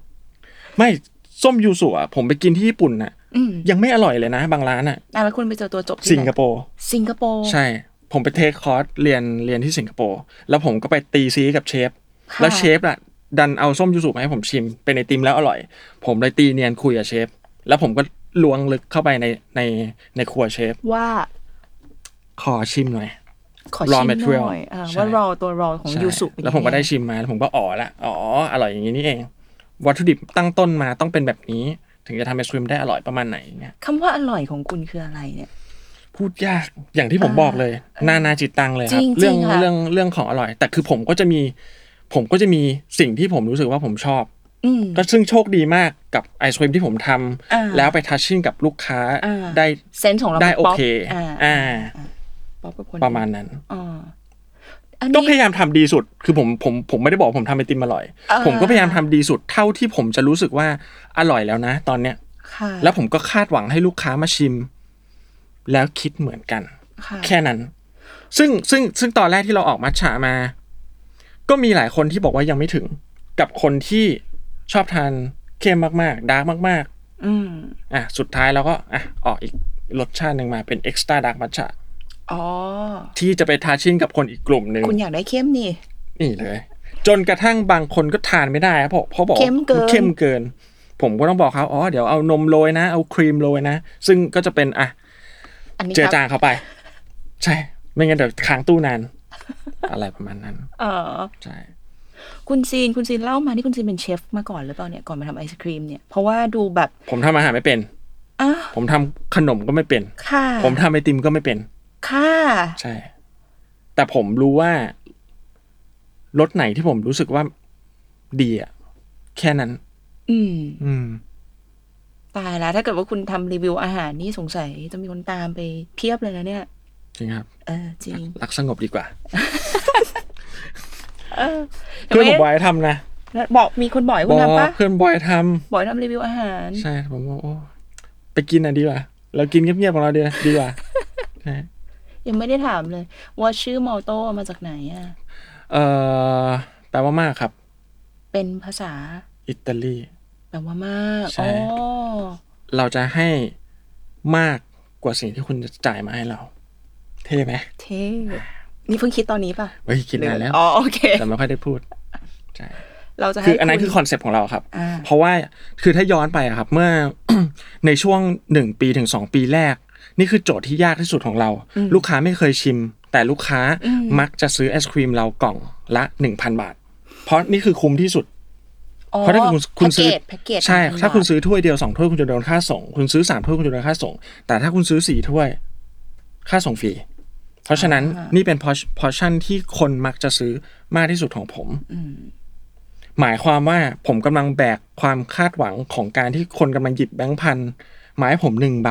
ไม่ส้มยูสุอ่ะผมไปกินที่ญี่ปุ่นน่ะ อืม ยังไม่อร่อยเลยนะ บางร้านอ่ะ อ่ะแล้วคุณไปเจอตัวจบที่ สิง ไหน คโปร์ สิงคโปร์ ใช่ ผมไปเทคคอร์สเรียนเรียนที่สิงคโปร์ แล้วผมก็ไปตีซีกับเชฟ ค่ะ แล้วเชฟอ่ะ ดันเอาส้มยูสุมาให้ผมชิม เป็นไอติมแล้วอร่อย ผมเลยตีเนียนคุยกับเชฟ แล้วผมก็ล้วงลึกเข้าไปในในในครัวเชฟ ว่า ขอชิมหน่อย ขอ raw ชิมห material น่อยอ่า ใช่ ว่ารอตัวรอของ ใช่ ยูสุเป็น แล้วผมก็ได้ ยังง ชิมมา แล้วผมก็อ๋อละ อ๋อ อร่อยอย่างนี้นี่เอง วัตถุดิบตั้งต้นมาต้องเป็นแบบนี้ ถึงจะทำไอศครีมได้อร่อยประมาณไหนเนี่ย คำว่าอร่อยของคุณคืออะไรเนี่ย พูดยากอย่างที่ผมบอกเลย นานาจิตตังเลยครั จริ บ งๆค่ะเรื่องเรื่องเรื่องของอร่อย แต่คือผมก็จะมี ผมก็จะมีสิ่งที่ผมรู้สึกว่าผมชอบ อืม ก็ซึ่งโชคดีมากกับไอศครีมที่ผมทำ อ่า แล้วไปทัชชิ่งกับลูกค้า อ่า ได้ เซนส์ของเรา ได้โอ ป๊ป เค อ่า อ่า ป๊อปกับคน ประมาณนั้น อ่าอัน ก็ นี้ พยายามทำดีสุด คือผมผมผมไม่ได้บอกผมทำไอติมอร่อย อ่า ผมก็พยายามทำดีสุด เท่าที่ผมจะรู้สึกว่าอร่อยแล้วนะ ตอนเนี้ย ค่ะ แล้วผมก็คาดหวังให้ลูกค้ามาชิม แล้วคิดเหมือนกัน ค่ะ แค่นั้น ซึ่งซึ่งซึ่งตอนแรกที่เราออกมัทฉะมา ก็มีหลายคนที่บอกว่ายังไม่ถึง กับคนที่ชอบทานเข้มมากๆดาร์กมาก อืม ๆ อ่ะ สุดท้ายเราก็อ่ะออกอีกรสชาติหนึ่งมาเป็นเอ็กซ์ต a ้าดาร์กมัทฉะ อ๋อ ที่จะไปทาชิ่งกับคนอีกกลุ่มหนึ่ง คุณอยากได้เข้มนี่ นี่เลย จนกระทั่งบางคนก็ทานไม่ได้ครับเพราะเพราะบอก เข้มเกิน เข้มเกิน ผมก็ต้องบอกเขาอ๋อเดี๋ยวเอานมโรยนะ เอาครีมโรยนะ ซึ่งก็จะเป็นอ่ะ อันนี้ เจอ ค จา รับ งเขาไป ใช่ ไม่งั้นเดี๋ยวค้างตู้นาน อะไรประมาณนั้น เออ ใช่ คุณซีนคุณซีนเล่ามานี่คุณซีนเป็นเชฟมาก่อนหรือเปล่าเนี่ยก่อนมาทำไอศครีมเนี่ยเพราะว่าดูแบบ ผมทำอาหารไม่เป็น อ้าว ผมทำขนมก็ไม่เป็น ค่ะ ผมทำไอติมก็ไม่เป็น ค่ะ ใช่ แต่ผมรู้ว่า รสไหนที่ผมรู้สึกว่าดีอะแค่นั้น อืม อืม ตายแล้วถ้าเกิดว่าคุณทำรีวิวอาหารนี่สงสัยจะมีคนตามไปเพียบเลยนะเนี่ย จริงครับ เออจริง รักสงบดีกว่า เออ เพื่อนผมบอยทำนะ บอกมีคนบอกให้ บ คุ อ ณ ก ทำปะ เพื่อนบอยท บอกให้ทำรีวิวอาหาร ำใช่ ผมว่าโอ้ไปกินอ่ะดีกว่า เรากินเงียบๆของเราเดียวดีกว่าใช่ ยังไม่ได้ถามเลย ว่าชื่อมอลโต้มาจากไหนอ่ะ เอ่อแปลว่ามากครับ เป็นภาษา อิตาลี แปลว่ามาก ใช่ อ๋อ เราจะให้มากกว่าสิ่งที่คุณจะจ่ายมาให้เรา เท่ไหม เท่นี่เพิ่งคิดตอนนี้ป่ะ เฮ้ยคิดนานแล้ว อ๋อโอเค แต่ไม่ค่อยได้พูดใช่ เราจะให้ คืออันนั้น ณ คือคอนเซปต์ของเราครับ อ่า เพราะว่าคือถ้าย้อนไปอะครับ เมื่อ ในช่วงหนึ่งปีถึงสองปีแรก นี่คือโจทย์ที่ยากที่สุดของเรา ลูกค้าไม่เคยชิม แต่ลูกค้ามักจะซื้อไอศครีมเรากล่องละหนึ่งพันบาท เพราะนี่คือคุ้มที่สุด อ๋อ เพราะถ้าคุณคุณซื้อ แพ็กเกจแพ็กเกจ ใช่ ของ ถ้าคุณซื้อถ้วยเดียวสองถ้วยคุณจะโดนค่าส่ง คุณซื้อสามถ้วยคุณจะโดนค่าส่ง แต่ถ้าคุณซื้อสี่ถ้วย ค่าส่งฟรีเพราะฉะนั้นนี่เป็นพอชั่นที่คนมักจะซื้อมากที่สุดของผม หมายความว่าผมกำลังแบกความคาดหวังของการที่คนกำลังหยิบแบงค์พันมาให้ผมหนึ่งใบ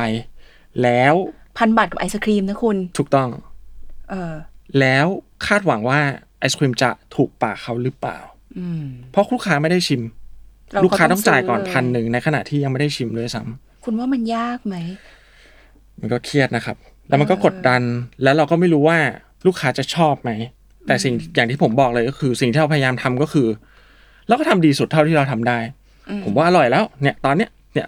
แล้ว พันบาทกับไอศครีมนะคุณ ถูกต้อง เออ แล้วคาดหวังว่าไอศครีมจะถูกปากเขาหรือเปล่า อืม เพราะลูกค้าไม่ได้ชิม เรก็ ลูกค้าต้องจ่ายก่อน ซื้ พันหนึ่งในขณะที่ยังไม่ได้ชิมเลยซ้ำ คุณว่ามันยากไหม มันก็เครียดนะครับ แล้วมันก็กดดัน แล้วเราก็ไม่รู้ว่าลูกค้าจะชอบไหม แต่สิ่งอย่างที่ผมบอกเลยก็คือ สิ่งที่เราพยายามทำก็คือ เราก็ทำดีสุดเท่าที่เราทำได้ ผมว่าอร่อยแล้ว เนี่ย ตอนเนี้ย เนี่ย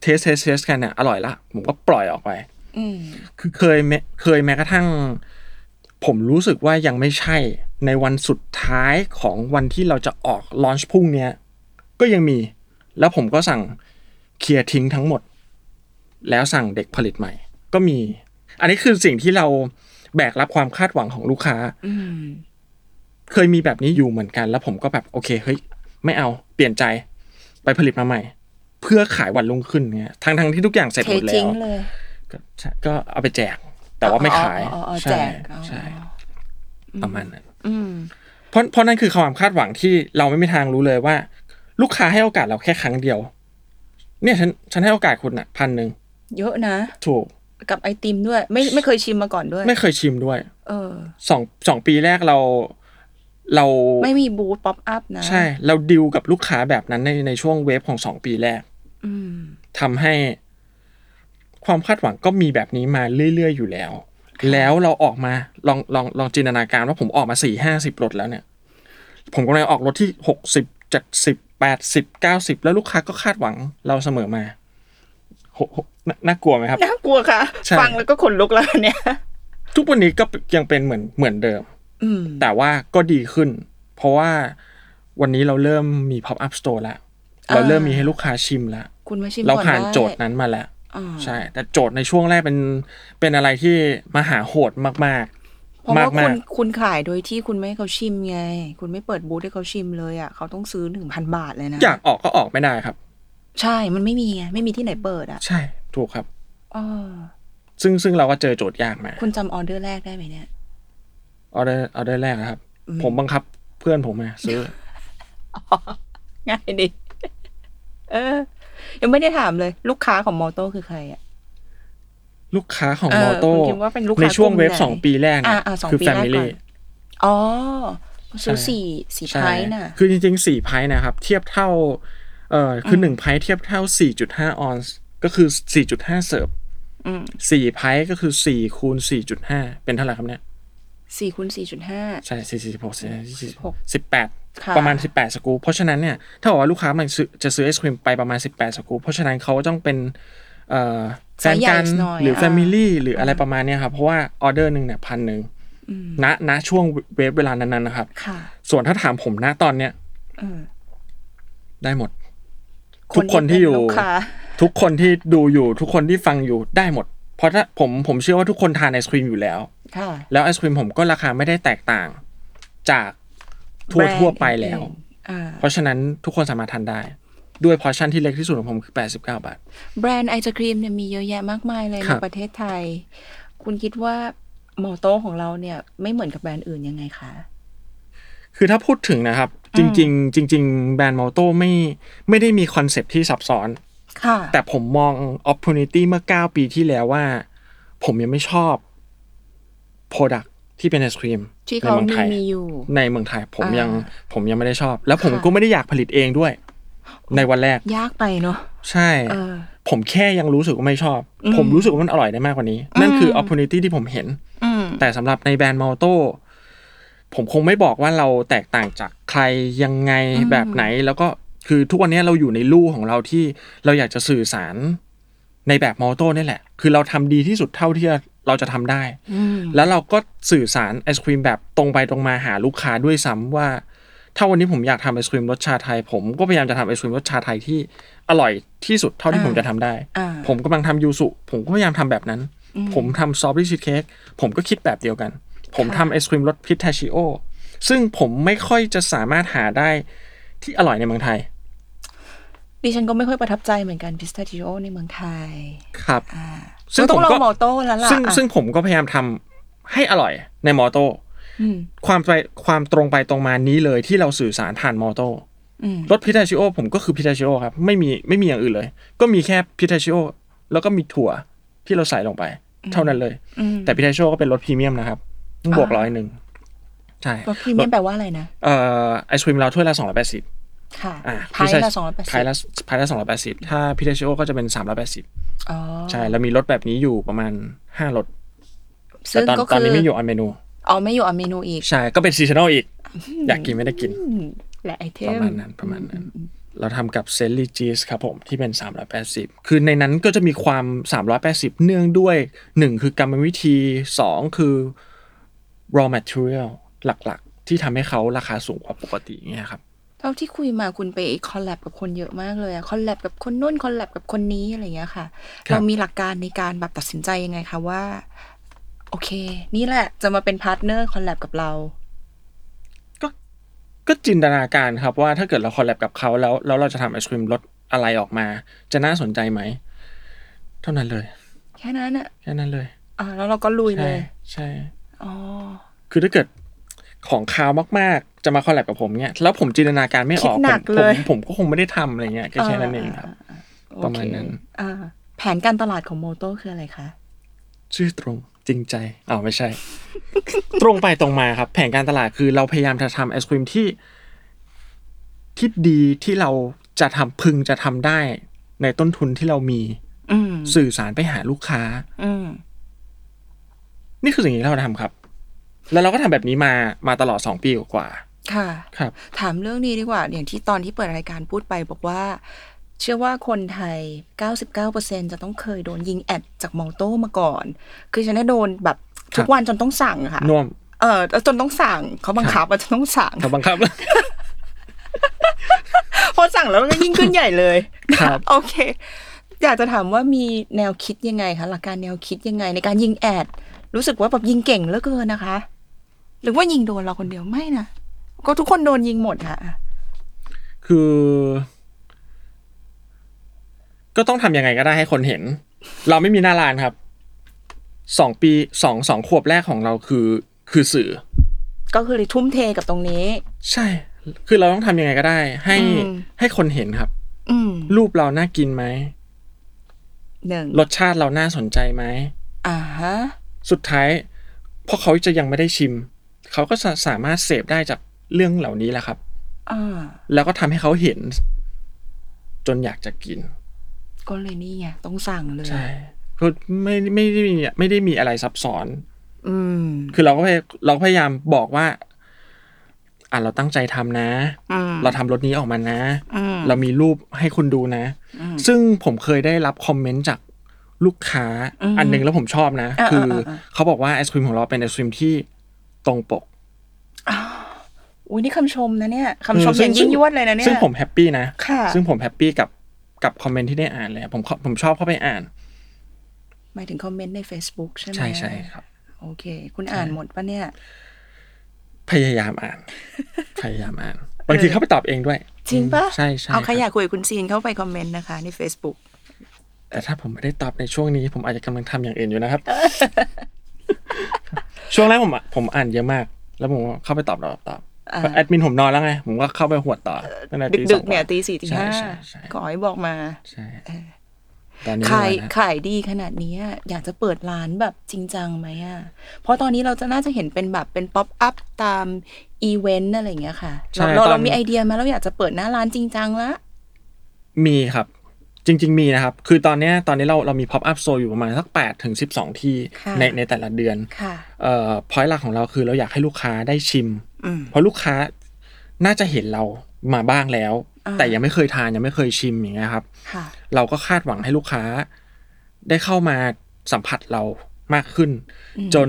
เทสเทสเทสกันเนี่ยอร่อยละ ผมก็ปล่อยออกไป อืม คือเคยแม้เคยแม้กระทั่ง ผมรู้สึกว่ายังไม่ใช่ในวันสุดท้ายของวันที่เราจะออกลอนช์พรุ่งเนี้ยก็ยังมี แล้วผมก็สั่งเคลียร์ทิ้งทั้งหมด แล้วสั่งเด็กผลิตใหม่ ก็มี อันนี้คือสิ่งที่เราแบกรับความคาดหวังของลูกค้า อืม เคยมีแบบนี้อยู่เหมือนกัน แล้วผมก็แบบโอเคเฮ้ยไม่เอาเปลี่ยนใจไปผลิตมาใหม่ เพื่อขายวันลงขึ้นเงี้ยทั้งทั้งๆที่ทุกอย่างเสร็จ เท หมดแล้ จริง ว เลย ก็ใช่ก็เอาไปแจก แต่ว่าไม่ขาย อ๋ออ๋ออ๋อ ใช่ แจกอ๋อ ใช่ประมาณนั้น อืม เพราะเพราะนั่นคือความคาดหวังที่เราไม่มีทางรู้เลยว่า ลูกค้าให้โอกาสเราแค่ครั้งเดียว เนี่ยฉันฉันให้โอกาสคุณอ่ะพันหนึ่ง เยอะนะ ถูก กับไอติมด้วย ไม่ไม่เคยชิมมาก่อนด้วย ไม่เคยชิมด้วย เออ สองสองปีแรกเราเรา ไม่มีบูธป๊อปอัพนะ ใช่ เราดิวกับลูกค้าแบบนั้นในในช่วงเวฟของสองปีแรก อืม ทำให้ ความคาดหวังก็มีแบบนี้มาเรื่อยๆอยู่แล้ว แล้วเราออกมาลองลองลองจินตนาการว่าผมออกมาสี่ห้าสิบรถแล้วเนี่ย ผมกำลังออกรถที่หกสิบเจ็ดสิบแปดสิบเก้าสิบแล้วลูกค้าก็คาดหวังเราเสมอมาโหโหนาน่ากลัวไหมครับ น่ากลัวค่ะ ใช่ ฟังแล้วก็ขนลุกแล้วเนี่ย ทุกวันนี้ก็ยังเป็นเหมือนเหมือนเดิม อืม แต่ว่าก็ดีขึ้น เพราะว่าวันนี้เราเริ่มมี pop up store แล้ว เราเริ่มมีให้ลูกค้าชิมแล้ว คุณมาชิม เรา ก่อน ผ่าน ได้ โจทย์นั้นมาแล้ว อ่า ใช่ แต่โจทย์ในช่วงแรกเป็นเป็นอะไรที่มหาโหดมากๆ เพราะ มา ว่ากคุ มาก ณคุณขายโดยที่คุณไม่ให้เขาชิมไง คุณไม่เปิดบูธให้เขาชิมเลยอ่ะ เขาต้องซื้อหนึ่งพันบาทเลยนะ อยากออกก็ออกไม่ได้ครับ ใช่ มันไม่มีไง ไม่มีที่ไหนเปิดอ่ะ ใช่ ถูกครับ อ้อ ซึ่งซึ่งเราก็เจอโจทย์ยากมา คุณจำออเดอร์แรกได้ไหมเนี่ย ออเดอร์ออเดอร์แรกอะครับ ผมบังคับเพื่อนผมมาซื้อ ง่ายดิ เออ ยังไม่ได้ถามเลย ลูกค้าของมอโต้คือใครอ่ะ ลูกค้าของ เออ มอโต้ คุณคิดว่าเป็นลูกค้า ในช่วงเวฟ กลุ่มไหน สองปีแรกเนี่ย อ่ะอ่ะสอง คือ ปี แฟ แรก มิ ก่ ลี่ อน อ๋อซื้อ ใช่ สี่สี่ ใช่ ไพ่น่ะ คือจริงๆสี่ไพ่นะครับ เทียบเท่า เอ่อ คือหนึ่งไพ่เทียบเท่าสี่จุดห้าออนซ์ ก็คือสี่จุดห้าเสิร์ฟ อืม สี่ไพ่ก็คือสี่คูณสี่จุดห้าเป็นเท่าไหร่ครับเนี่ย สี่คูณสี่จุดห้า ใช่สี่สี่สิบหกสี่สิบหก 46 สิบแปด ค่ะ ประมาณสิบแปดสกู๊ปเพราะฉะนั้นเนี่ยถ้าบอกว่าลูกค้ามันซื้อจะซื้อไอศครีมไปประมาณสิบแปดสกู๊ปเพราะฉะนั้นเขาก็ต้องเป็นเอ่อแฟนกัน สายใหญ่หน่อย หรือ อ่า แฟมิลี่หรืออะไรประมาณเนี้ยครับ เพราะว่าออเดอร์หนึ่งเนี่ยพันหนึ่งณณช่วงเวฟเวลานั้นๆนะครับ ค่ะ ส่วนถ้าถามผมณตอนเนี้ย เออ ได้หมด ทุกคนที่อยู่ ลูกค้า ทุกคนที่ดูอยู่ทุกคนที่ฟังอยู่ได้หมด เพราะถ้าผมผมเชื่อว่าทุกคนทานไอศครีมอยู่แล้ว ค่ะ แล้วไอศครีมผมก็ราคาไม่ได้แตกต่างจากทั่ว แบรนด์ ทั่วไปแล้ว อ่า เพราะฉะนั้นทุกคนสามารถทานได้ ด้วยพอชั่นที่เล็กที่สุดของผมคือ 89 บาท แบรนด์ไอศครีมเนี่ยมีเยอะแยะมากมายเลย ครั ใน บ ประเทศไทย คุณคิดว่าโมโต้ของเราเนี่ย ไม่เหมือนกับแบรนด์อื่นยังไงคะ คือถ้าพูดถึงนะครับ จริง ๆ จริง ๆ แบรนด์มอโต้ไม่ไม่ได้มีคอนเซปต์ที่ซับซ้อน ค่ะ แต่ผมมอง opportunity เมื่อ 9 ปีที่แล้วว่า ผมยังไม่ชอบ product ที่เป็นไอศครีม ที่ ใน เขา เมือง มี ไทย มีอยู่ ในเมืองไทยผม อ่ายั ยังผมยังไม่ได้ชอบ แล้วผม ค่ะ ก็ไม่ได้อยากผลิตเองด้วย ในวันแรก ยากไปเนอะ ใช่ เออ ผมแค่ยังรู้สึกว่าไม่ชอบ อืม ผมรู้สึกว่ามันอร่อยได้มากกว่านี้ นั่นคือ อืม opportunity ที่ผมเห็น อืม แต่สำหรับในแบรนด์มอโต้ผมคงไม่บอกว่าเราแตกต่างจากใครยังไงแบบไหน แล้วก็คือทุกวันนี้เราอยู่ในลู่ของเราที่เราอยากจะสื่อสารในแบบมอโต้นี่แหละ คือเราทำดีที่สุดเท่าที่เราจะทำได้ อืม แล้วเราก็สื่อสารไอศครีมแบบตรงไปตรงมาหาลูกค้าด้วยซ้ำว่า ถ้าวันนี้ผมอยากทำไอศครีมรสชาไทย ผมก็พยายามจะทำไอศครีมรสชาไทยที่อร่อยที่สุดเท่าที่ผมจะทำได้ อ่า ผมกำลังทำยูสุผมก็พยายามทำแบบนั้น ผมทำซอฟต์ชีสเค้กผมก็คิดแบบเดียวกัน ผมทำไอศครีมรสพิทาชิโอซึ่งผมไม่ค่อยจะสามารถหาได้ที่อร่อยในเมืองไทย ดิฉันก็ไม่ค่อยประทับใจเหมือนกันพิสตาชิโอในเมืองไทย ครับ อ่า ซึ่ง ก็ต้องล ผม อง ก็ โมโต้แล้วล่ะ ซึ่ง อ่ะ ซึ่งผมก็พยายามทำให้อร่อยในมอโต้ อืม ความไปความตรงไปตรงมานี้เลยที่เราสื่อสารผ่านมอโต้ อืม รถพิทาชิโอผมก็คือพิทาชิโอครับ ไม่มีไม่มีอย่างอื่นเลย ก็มีแค่พิทาชิโอแล้วก็มีถั่วที่เราใส่ลงไป เท่านั้นเลย อืม แต่พิทาชิโอก็เป็นรถพรีเมียมนะครับต้องบวกร้อยหนึ่งใช่ รถพรีเมียมแปลว่าอะไรนะ เอ่อไอศครีมเราถ้วยละสองร้อยแปดสิบ ค่ะ อ่ะ พาย พิทา ละสองร้อยแปด พาย สิบ ละพายละสองร้อยแปดสิบถ้าพิทาชิโอก็จะเป็นสามร้อยแปดสิบ อ๋อ ใช่แล้วมีรถแบบนี้อยู่ประมาณห้ารถแต่ ซึ่ง ตอน ก็ ตอน คื นี้ อ ไม่อยู่ออนเมนู อ๋อไม่อยู่อ่ะเมนูอีก ใช่ก็เป็นซีซันอลอีก อยากกินไม่ได้กิน อืมและไอเท ป ม ระมาณนั้นประมาณนั้น เราทำกับเซนลีจีสครับผมที่เป็น 380 คือในนั้นก็จะมีความ 380 เนื่องด้วย 1 คือกรรมวิธี 2 คือ raw material หลักๆ ที่ทำให้เขาราคาสูงกว่าปกติอย่างเงี้ยครับ เท่าที่คุยมาคุณไปคอลแลบกับคนเยอะมากเลยอะคอลแลบกับคนนู้นคอลแลบกับคนนี้อะไรอย่างเงี้ยค่ะ ครับ เรามีหลักการในการแบบตัดสินใจยังไงคะว่า โอเค นี่แหละจะมาเป็นพาร์ทเนอร์คอลแลบกับเรา ก็จินตนาการครับว่าถ้าเกิดเราคอลแลบกับเขาแล้วแล้วเราจะทำไอศครีมรสอะไรออกมา จะน่าสนใจไหม เท่านั้นเลย แค่นั้นอะ แค่นั้นเลย อ่าแล้วเราก็ลุยเล ใช่ ย ใช่ อ๋อ คือถ้าเกิดของคาวมาก ๆ จะมาคอลแลบกับผมเนี่ย แล้วผมจินตนาการไม่ออก คิดหนัก ผม เลย ผมผมก็คงไม่ได้ทำอะไรเงี้ยแค่แค่นั้นเองครับ โอ ประมา เค ณนั้น อ่าแผนการตลาดของโมโต้คืออะไรคะ ชื่อตรงจริงใจอ้าวไม่ใช่ ตรงไปตรงมาครับ แผนการตลาดคือเราพยายามจะทำไอศครีมที่ที่ดีที่เราจะทำพึงจะทำได้ ในต้นทุนที่เรามี อืม สื่อสารไปหาลูกค้า อืม นี่คือสิ่งที่เราทำครับ แล้วเราก็ทำแบบนี้มามาตลอดสองปีกว่า ค่ะ ๆครับ ถามเรื่องนี้ดีกว่า อย่างที่ตอนที่เปิดรายการพูดไปบอกว่า เชื่อว่าคนไทย 99%จะต้องเคยโดนยิงแอดจากมอโต้มาก่อน คือฉันน่ะโดนแบบทุก ครับ วันจนต้องสั่งอะค่ะ น่วม เออจนต้องสั่งเขาบังคับว่าจะต้องสั่ง ทำบังคับ พอสั่งแล้วมันก็ยิ่งขึ้นใหญ่เลย ครับ โอเค อยากจะถามว่ามีแนวคิดยังไงคะหลักการแนวคิดยังไงในการยิงแอด รู้สึกว่าแบบยิงเก่งเหลือเกินนะคะ หรือว่ายิงโดนเราคนเดียวไม่นะก็ทุกคนโดนยิงหมดค่ะ คือ ก็ต้องทำยังไงก็ได้ให้คนเห็น เราไม่มีหน้าร้านครับสองปีสองสองขวบแรกของเราคือ คือสื่อ ก็คือเลยทุ่มเทกับตรงนี้ ใช่ คือเราต้องทำยังไงก็ได้ ให้ อืม ให้คนเห็นครับ อืม รูปเราน่ากินไหม หนึ่ง รสชาติเราน่าสนใจไหม อ่าฮะ สุดท้ายเพราะเขาจะยังไม่ได้ชิม เขาก็สาสามารถเสพได้จากเรื่องเหล่านี้แหละครับ อ่า แล้วก็ทำให้เขาเห็น จนอยากจะกิน ก็เลยนี่ไงต้องสั่งเลย ใช่คือไม่ไม่ได้มีไม่ได้มีอะไรซับซ้อน อืม คือเราก็พยเราก็พยายามบอกว่า อ่ะเราตั้งใจทำนะ อืม เราทำรถนี้ออกมานะ อืม เรามีรูปให้คุณดูนะ ซึ่งผมเคยได้รับคอมเมนต์จากลูกค้าอันหนึงแล้วผมชอบนะ คือ เขาบอกว่าไอศครีมของเราเป็นไอศครีมที่ตรงปก อุ้ยนี่คำชมนะเนี่ยคำชมอย่าง เ ยิ่งยวดเลยนะเนี่ย ซึ่งผมแฮปปี้นะ ค่ะ ซึ่งผมแฮปปี้กับกับคอมเมนต์ที่ได้อ่านเลยผมผมชอบเข้าไปอ่าน หมายถึงคอมเมนต์ใน Facebook ใช่ไหม ใช่ใช่ครับ โอเค คุณอ่านหมดปะเนี่ย พยายามอ่าน พยายามอ่าน บางทีเข้าไปตอบเองด้วย จริงปะ ใช่ใช่ เอาใคร รับ อยากคุยกับคุณซีนเข้าไปคอมเมนต์นะคะใน Facebook แต่ถ้าผมไม่ได้ตอบในช่วงนี้ ผมอาจจะกำลังทำอย่างอื่นอยู่นะครับ ช่วงแรกผมอ่ะผมอ่านเยอะมาก แล้วผมก็เข้าไปตอบตอบตอบ อ่า แอดมินผมนอนแล้วไง ผมก็เข้าไปหวดต่อตั้งแต่ตีส ดึ อก ง ๆเนี่ย กว่า ตีสี่ตี ใช่ ห้า ใช่ใช่ ขอให้บอกมา ใช่ตอนนี้ ขาย ไม่ไหวแล้ว ขายดีขนาดนี้อะอยากจะเปิดร้านแบบจริงจังไหมอ่ะ เพราะตอนนี้เราจะน่าจะเห็นเป็นแบบเป็นป๊อปอัพตามอีเวนต์อะไรอย่างเงี้ยค่ะ ใช่ เราเรา ตอน เรามีไอเดียไหมาเราอยากจะเปิดหน้าร้านจริงจังละ มีครับ จริง ๆ มีนะครับ คือตอนเนี้ยตอนนี้เราเรามี pop up store อยู่ประมาณสัก8ถึง12 ที่ในในแต่ละเดือน ค่ะ เอ่อ point หลักของเราคือเราอยากให้ลูกค้าได้ชิม อืม เพราะลูกค้าน่าจะเห็นเรามาบ้างแล้ว แต่ยังไม่เคยทานยังไม่เคยชิมอย่างเงี้ยครับ ค่ะ เราก็คาดหวังให้ลูกค้าได้เข้ามาสัมผัสเรามากขึ้น จน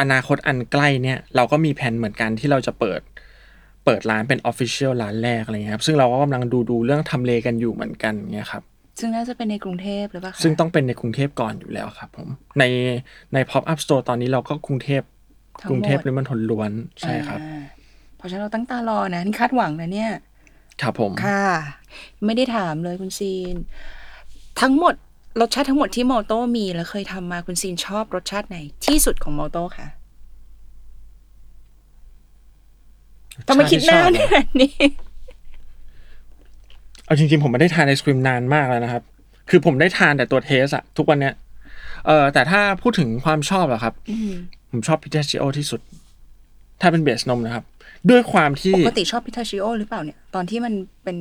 อนาคตอันใกล้เนี่ย เราก็มีแผนเหมือนกันที่เราจะเปิด เปิดร้านเป็นออฟฟิเชียลร้านแรกอะไรเงี้ยครับซึ่งเราก็กำลังดูดูเรื่องทำเลกันอยู่เหมือนกันเงี้ยครับ ซึ่งน่าจะเป็นในกรุงเทพหรือเปล่าคะ ซึ่งต้องเป็นในกรุงเทพก่อนอยู่แล้วครับผม ในใน pop up store ตอนนี้เราก็กรุงเทพ ทั้ กรุงเทพ หม หรื ด อมันทนล้วนใช่ครับ อ่าเพราะฉะนั้นเราตั้งตารอนะนี่คาดหวังนะเนี่ย ครับผม ค่ะ ไม่ได้ถามเลยคุณซีน ทั้งหมดรสชาติทั้งหมดที่มอโต้มีแล้วเคยทำมาคุณซีนชอบรสชาติไหน ที่สุดของมอโต้ค่ะทำไมคิดนานขนาดนี้ เอาจริงๆ ผมไม่ได้ทานไอศครีมนานมากแล้วนะครับ คือผมได้ทานแต่ตัวเทสอะทุกวันเนี้ย เออแต่ถ้าพูดถึงความชอบเหรอครับ ผมชอบพิทาชิโอที่สุด ถ้าเป็นเบสนมนะครับ ด้วยความที่ ปกติชอบพิทาชิโอหรือเปล่าเนี่ย ตอนที่มันเป็น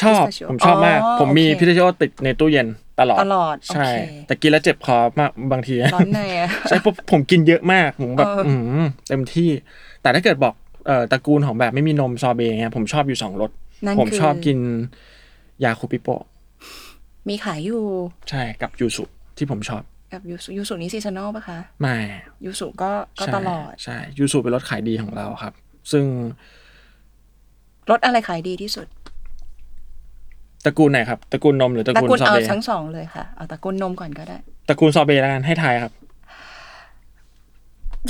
ชอบ พิทาโ ผมชอบมาก ผมมี โอเค พิทาชิโอติดในตู้เย็นตลอด ตลอด ใช่ โอเค แต่กินแล้วเจ็บคอมากบางที ร้อนในอะ ใช่ผมผมกินเยอะมาก ผมแบบ เอออื ืมเต็มที่ แต่ถ้าเกิดบอกเอ่อตระกูลของแบบไม่มีนมซอเบต์เงี้ยผมชอบอยู่สองรส นั่น ผม คื ชอบกินยาคุปิโปะ มีขายอยู่ ใช่กับยูสุที่ผมชอบ กับยูสุยูสุนี้ซีซันอลปะคะ ไม่ ยูสุก็ก็ ใช่ ตลอด ใช่ยูสุเป็นรถขายดีของเราครับ ซึ่ง รสอะไรขายดีที่สุด ตระกูลไหนครับตระกูลนมหรือตระ ตระ กูล กูล ซอ เอา เบต์ ทั้งสองเลยค่ะเอาตระกูลนมก่อนก็ได้ ตระกูลซอเบต์แล้วกันให้ทายครับ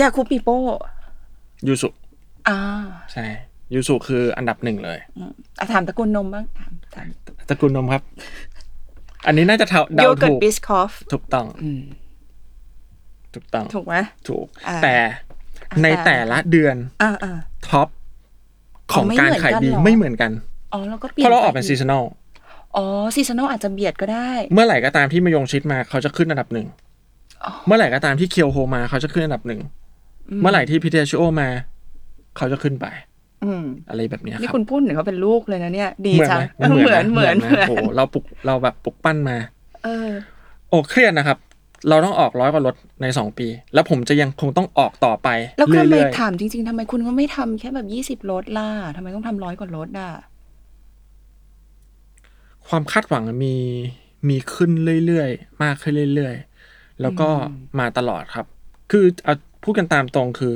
ยาคุปิโป้ ยูสุ อ่า ใช่ยูสุคืออันดับหนึ่งเลย อืมอ่ะถามตระกูลนมบ้างถามถาม ตระกูลนมครับ อันนี้น่าจะเทาเดา โยเกิร์ตถูก บิสคอฟ ถูกต้องถูกต้อง ถูกไหม ถูก อ่า แต่ใน แต่ แต่ละเดือน อ่าอ่า ท็อปของ ไม่ การ เหมือน ขาย กัน ดี เหรอ ไม่เหมือนกัน อ๋อแล้วก็เปลี่ เพ ยน ราะเราออกเป็นซีซันอล อ๋อซีซันอลอาจจะเบียดก็ได้ เมื่อไหร่ก็ตามที่มายงชิดมาเขาจะขึ้นอันดับหนึ่ง เมื่อไหร่ก็ตามที่เคียวโฮมาเขาจะขึ้นอันดับหนึ่ง เมื่อไหร่ที่พิเทชิโอมา เขาจะขึ้นไป อืม อะไรแบบเนี้ยค นี่ รับ คุณพูดเหมือนเขาเป็นลูกเลยนะเนี่ย ดี เหมือน จั ไห ง ม เออเหมือนเหมือน ไห เหมือน โอ้โหเราปลุกเราแบบปลุกปั้นมา เออ โอ้เครียดนะครับ เราต้องออกร้อยกว่ารถในสองปี แล้วผมจะยังคงต้องออกต่อไป แล้วทำไม เรื่อย ถามจริง ๆทำไมคุณก็ไม่ทำแค่แบบยี่สิบรถล่ะทำไมต้องทำร้อยกว่ารถอ่ะ ๆความคาดหวังมีมีขึ้นเรื่อยๆ มากขึ้นเรื่อยๆ แล้วก็มาตลอดครับ คือเอาพูดกันตามตรงคือ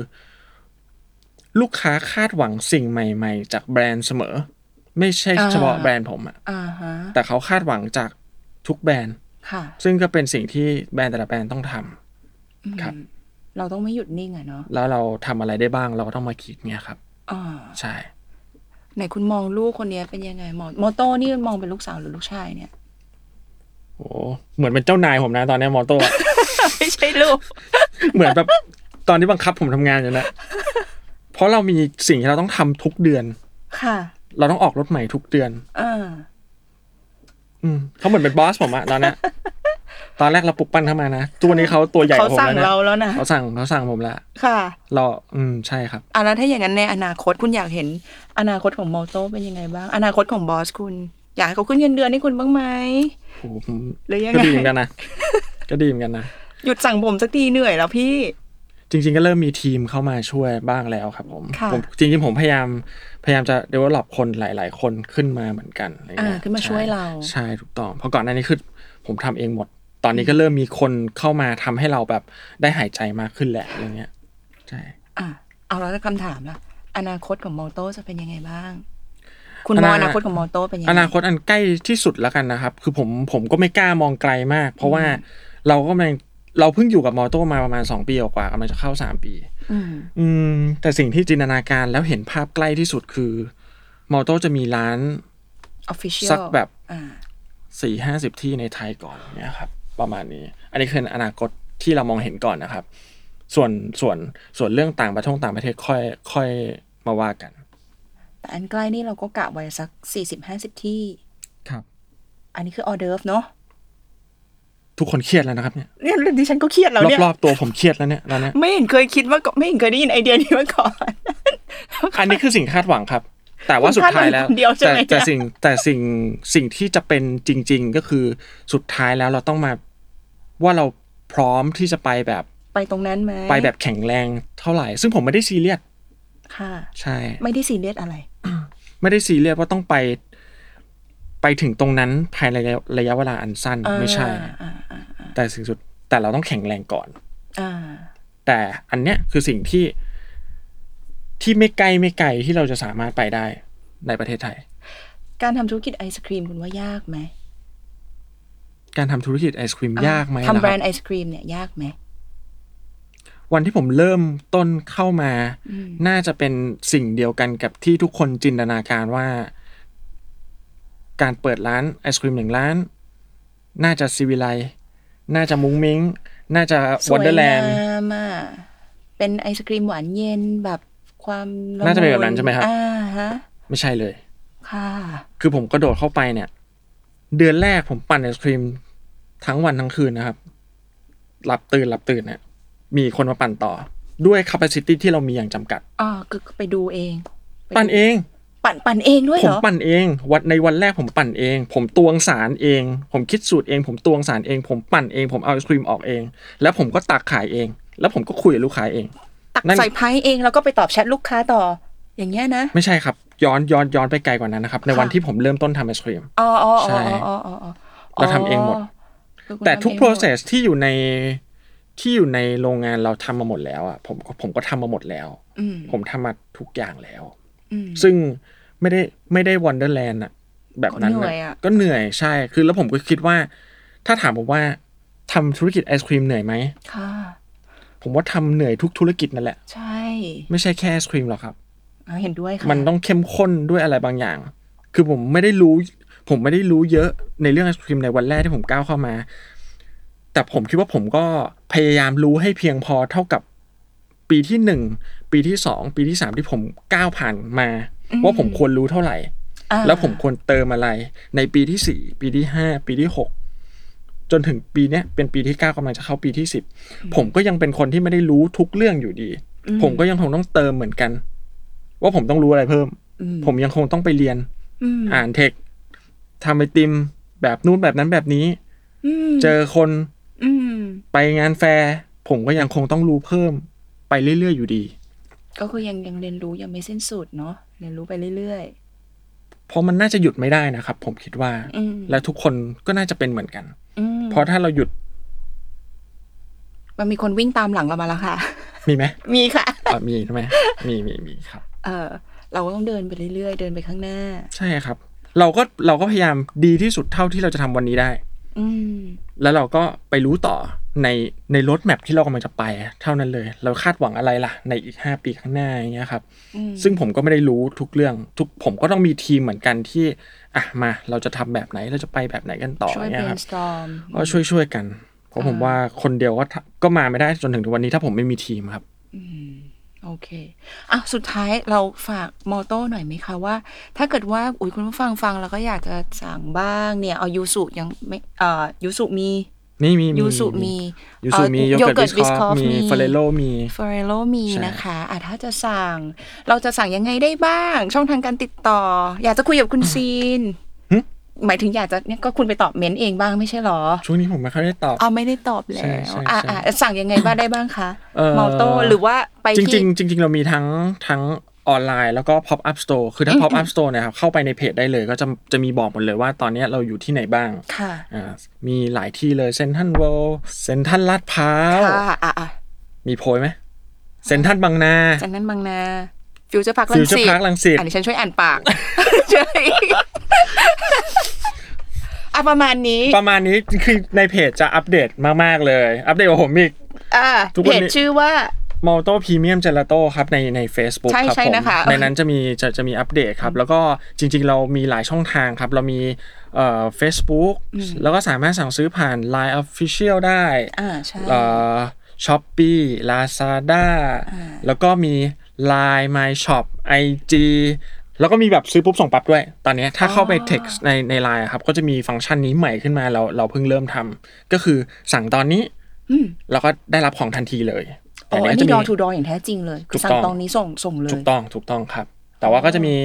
ลูกค้าคาดหวังสิ่งใหม่ ๆ จากแบรนด์เสมอ ไม่ใช่เฉพาะ อ่า แบรนด์ผมอะ อ่าฮะ แต่เขาคาดหวังจากทุกแบรนด์ ค่ะ ซึ่งก็เป็นสิ่งที่แบรนด์แต่ละแบรนด์ต้องทำ ครับ เราต้องไม่หยุดนิ่งอ่ะเนาะ แล้วเราทำอะไรได้บ้างเราก็ต้องมาคิดเนี่ยครับ อ่า ใช่ ไหนคุณมองลูกคนเนี้ยเป็นยังไงมองมอโต้นี่มองเป็นลูกสาวหรือลูกชายเนี่ย โอ้เหมือนเป็นเจ้านายผมนะตอนเนี้ยมอโต้ ไม่ใช่ลูก เหมือนแบบตอนนี้บังคับผมทำงานอยู่นะ เพราะเรามีสิ่งที่เราต้องทำทุกเดือน ค่ะ เราต้องออกรถใหม่ทุกเดือน อ่า อืมเขาเหมือนเป็นบอสผมอะตอนเนี้ ยตอนแรกเราปลุกปั้นเข้ามานะตัวนี้เขาตัวใหญ่ก เขา ว่าผม สั่ง แล้ว เรา นะ แล้วนะ เขาสั่งเขาสั่งผมละ ค่ะ เราอืมใช่ครับ อ่ะแล้วถ้าอย่างนั้นในอนาคตคุณอยากเห็นอนาคตของมอโต้เป็นยังไงบ้าง อนาคตของบอสคุณ อยากให้เขาขึ้นเงินเดือนให้คุณบ้างไหม โอ้โหผม หรือยัง ก็ ไง ดีเหมือนกันนะก็ดีเหมือนกันนะ หยุดสั่งผมสักทีเหนื่อยแล้วพี่ จริงๆ ก็เริ่มมีทีมเข้ามาช่วยบ้างแล้วครับผม ค่ะ ผมจริงๆ ผมพยายามพยายามจะ develop คนหลาย ๆ คนขึ้นมาเหมือนกันอะไรเงี้ อ่าย ขึ้นมาช่วยเรา ใช่ถูกต้อง เพราะก่อนหน้านี้คือผมทำเองหมด ตอนนี้ก็เริ่มมีคนเข้ามาทำให้เราแบบได้หายใจมากขึ้นแหละอะไรเงี้ยใช่ อ่ะเอาแล้วคำถามล่ะ อนาคตของมอโต้จะเป็นยังไงบ้าง คุณมองอนาคตของมอโต้เป็นยังไง อนาคตอันใกล้ที่สุดแล้วกันนะครับ คือผมผมก็ไม่กล้ามองไกลมาก เพราะว่า เราก็มันเราเพิ่งอยู่กับมอโต้มาประมาณสองปีกว่าๆกำลังจะเข้าสามปี อืม อืมแต่สิ่งที่จินตนาการแล้วเห็นภาพใกล้ที่สุดคือ มอโต้จะมีร้าน official สักแบบ อ่า สี่ห้าสิบที่ในไทยก่อนเนี่ยครับ ประมาณนี้ อันนี้คืออนาคตที่เรามองเห็นก่อนนะครับ ส่วนส่วนส่วนเรื่องต่างประเทศต่างประเทศค่อยค่อยมาว่ากัน แต่อันใกล้นี่เราก็กะไว้สักสี่สิบห้าสิบที่ ครับ อันนี้คือออเดิร์ฟเนาะ ทุกคนเครียดแล้วนะครับเนี่ย เนี่ยดิฉันก็เครียดแล้วเนี่ย รอบๆตัวผมเครียดแล้วเนี่ยแล้วเนี่ย ไม่เห็นเคยคิดว่าก่อนไม่เห็นเคยได้ยินไอเดียนี้มาก่อน อันนี้คือสิ่งคาดหวังครับ แต่ว่าสุดท้ายแล้คุณคาดหวัวงคนเดียวใช่ แต่ ไหมเนี่ย แต่สิ่งแต่สิ่งสิ่งที่จะเป็นจริง ๆ ก็คือสุดท้ายแล้วเราต้องมาว่าเราพร้อมที่จะไปแบบ ไปตรงนั้นไหม ไปแบบแข็งแรงเท่าไหร่ ซึ่งผมไม่ได้ซีเรียส ค่ะ ใช่ ไม่ได้ซีเรียสอะไร ไม่ได้ซีเรียสว่าต้องไป ไปถึงตรงนั้นภายในระยะระยะเวลาอันสั้น อ่า ไม่ใช่ แต่สิ่งสุดแต่เราต้องแข็งแรงก่อน อ่า แต่อันเนี้ยคือสิ่งที่ที่ไม่ไกลไม่ไกลที่เราจะสามารถไปได้ในประเทศไทย การทำธุรกิจไอศครีมคุณว่ายากไหม การทำธุรกิจไอศครีมยากไหม ทำแบรน ล่ะค ด์ไอศครีมเนี่ยยากไหม บวันที่ผมเริ่มต้นเข้ามา น่าจะเป็นสิ่งเดียวกันกับที่ทุกคนจินตนาการว่า การเปิดร้านไอศครีมหนึ่งร้าน น่าจะซีวิไลซ์น่าจะมุ้งมิ้ง น่าจะ ส วั วน ย เดอร์แล งาน ด์ มอ่ะเป็นไอศครีมหวานเย็นแบบความล น่าจะเป็นแบบนั้นใช่ไหมครับ อ่าฮะ ไม่ใช่เลย ค่ะ คือผมกระโดดเข้าไปเนี่ย เดือนแรกผมปั่นไอศครีมทั้งวันทั้งคืนนะครับ หลับตื่นหลับตื่นเนี่ยมีคนมาปั่นต่อ ด้วยแคปซิตี้ที่เรามีอย่างจำกัด อ่าก็ไปดูเองไป ปั่นเอง ปั่นปั่นเองด้วย ผ เหร ม อ ปั่นเอง วันในวันแรกผมปั่นเอง ผมตวงสารเอง ผมคิดสูตรเอง ผมตวงสารเอง ผมปั่นเอง ผมเอาไอศครีมออกเอง แล้วผมก็ตักขายเอง แล้วผมก็คุยกับลูกค้าเอง ตัก นั่น ใส่ไพ่เองแล้วก็ไปตอบแชทลูกค้าต่อ อย่างเงี้ยนะ ไม่ใช่ครับ ย้อนย้อนย้อนไปไกลกว่านั้นนะครับ ในวันที่ผมเริ่มต้นทำไอศครีม อ๋ออ๋อ ใช่ อ๋ออ๋ออ๋ออ๋อ เราทำเองหมด คือคุณ แต่ทุก ทำเองหมด process ที่อยู่ในที่อยู่ในโรงงานเราทำมาหมดแล้วอ่ะผมผมก็ทำมาหมดแล้ว อืม ผมทำมาทุกอย่างแล้ว อืม ซึ่งไม่ได้ไม่ได้วันเดอร์แลนด์อะแบบนั้น ก็เหนื่อยอะ ก็เหนื่อยใช่คือแล้วผมก็คิดว่า ถ้าถามผมว่าทำธุรกิจไอศครีมเหนื่อยไหม ค่ะ ผมว่าทำเหนื่อยทุกธุรกิจนั่นแหละ ใช่ ไม่ใช่แค่ไอศครีมหรอกครับ อ่าเห็นด้วยค่ะ มันต้องเข้มข้นด้วยอะไรบางอย่าง คือผมไม่ได้รู้ ผมไม่ได้รู้เยอะในเรื่องไอศครีมในวันแรกที่ผมก้าวเข้ามา แต่ผมคิดว่าผมก็พยายามรู้ให้เพียงพอเท่ากับปีที่หนึ่งปีที่สองปีที่สามที่ผมก้าวผ่านมา ว่าผมควรรู้เท่าไหร่ อ่า แล้วผมควรเติมอะไร ในปีที่สี่ปีที่ห้าปีที่หกจนถึงปีเนี้ยเป็นปีที่เก้ากำลังจะเข้าปีที่สิบผมก็ยังเป็นคนที่ไม่ได้รู้ทุกเรื่องอยู่ดี ผมก็ยังคงต้องเติมเหมือนกัน ว่าผมต้องรู้อะไรเพิ่ม อื ผมยังคงต้องไปเรียน อืม อ่านเทคทำไอติมแบบนู้นแบบนั้นแบบนี้ อืม เจอคน อืม ไปงานแฟร์ผมก็ยังคงต้องรู้เพิ่มไปเรื่อยๆอยู่ดี ก็คือยังยังเรียนรู้ยังไม่สิ้นสุดเนาะเรียนรู้ไปเรื่อย เพราะมันน่าจะหยุดไม่ได้นะครับ ผมคิดว่า อืม และทุกคนก็น่าจะเป็นเหมือนกัน ๆ อืม เพราะถ้าเราหยุด มันมีคนวิ่งตามหลังเรามาแล้วค่ะ มีไหม มีค่ะ อ่ะมีใช่ไหมมีมีมีครับ เออเราก็ต้องเดินไปเรื่อยๆ เดินไปข้างหน้า ใช่ครับ เราก็เราก็พยายามดีที่สุดเท่าที่เราจะทำวันนี้ได้ อืม แล้วเราก็ไปรู้ต่อในในรถแมพที่เรากำลังจะไปอะเท่านั้นเลย เราคาดหวังอะไรล่ะ ในอีก 5 ปีข้างหน้าอย่างเงี้ยครับ อืม ซึ่งผมก็ไม่ได้รู้ทุกเรื่อง ทุกผมก็ต้องมีทีมเหมือนกันที่ อ่ะมาเราจะทำแบบไหนเราจะไปแบบไหนกันต่อ ช่วย เนี่ยครับ brainstorm ก็ช่วยช่วยๆกัน เพราะผมว่าคนเดียวก็ทำก็มาไม่ได้จนถึงทุกวันนี้ถ้าผมไม่มีทีมครับ โอเคอ่ะสุดท้ายเราฝากมอโต้หน่อยไหมคะว่า ถ้าเกิดว่าอุ้ยคุณผู้ฟังฟังแล้วก็อยากจะสั่งบ้างเนี่ยเอายูสุยังไม่เอ่อยูสุมี นี่มีมี ยูสุมี ยูสุมี เอ่ โย อ เกิร์ตบิสคอ Biscoff ฟมี มี เฟรโลมี ฟอเรโลมี ใช่ นะคะอ่ะถ้าจะสั่ง เราจะสั่งยังไงได้บ้าง ช่องทางการติดต่อ อยากจะคุยกับ คุณซีน หมายถึงอยากจะเนี่ยก็คุณไปตอบเมนต์เองบ้างไม่ใช่หรอ ช่วงนี้ผมไม่ค่อยได้ตอบ เอาไม่ได้ตอบแล้ ใช่ ว ใช่ อ่ะ ใช่ อ่ะสั่งยังไงบ้างได้บ้างคะ เอ่อ มอโต้หรือว่าไป จ ที่ ริงๆจริงๆ เรามีทั้งทั้งออนไลน์แล้วก็ pop up store คือถ้า pop up store เนะครับเข้าไปในเพจได้เลย ก็จะจะมีบอกหมดเลยว่าตอนเนี้ยเราอยู่ที่ไหนบ้าง ค่ะ อ่ามีหลายที่เลยเซนทันเวลเซนทันลาดพร้าว ค่ะอ่ะอ่ะ มีโพยไหมเซนทันบางนา จากนั้นบางนาฟิวเจอร์พาร์คลัง Future สิต Park รังสิต อันนี้ฉันช่วยอ่านปาก ช่วย อ่ะประมาณนี้ ประมาณนี้คือในเพจจะอัปเดตมากๆเลย อัปเดตกับผมอีก อ่ะ ทุกวั เพ นนี้ จชื่อว่า มอลโต้พรีเมียมเจลาโต้ครับในใน Facebook ใช่ ครับ ใช่ ผม นะคะ ในนั้นจะมีจะจะมีอัปเดตครับ แล้วก็จริงๆ เรามีหลายช่องทางครับ เรามีเอ่อ Facebook แล้วก็สามารถสั่งซื้อผ่าน Line Official ได้ อ่าใช่ เอ่อ Shopee Lazada แล้วก็มี Line My Shop IG แล้วก็มีแบบซื้อปุ๊บส่งปั๊บด้วย ตอนเนี้ยถ้าเข้าไป text ในใน Line อะครับ ก็จะมีฟังก์ชันนี้ใหม่ขึ้นมาเราเราเพิ่งเริ่มทำก็คือสั่งตอนนี้แล้วก็ได้รับของทันทีเลย โอ้ แต่เย อัน จะ นี้ มี ดอทูดออย่างแท้จริงเลยคือสั่ ถู ง กตต้องรงนี้ส่งส่งเล ถู ย กต้องถูกต้องครับ แต่ว่าก็จะมี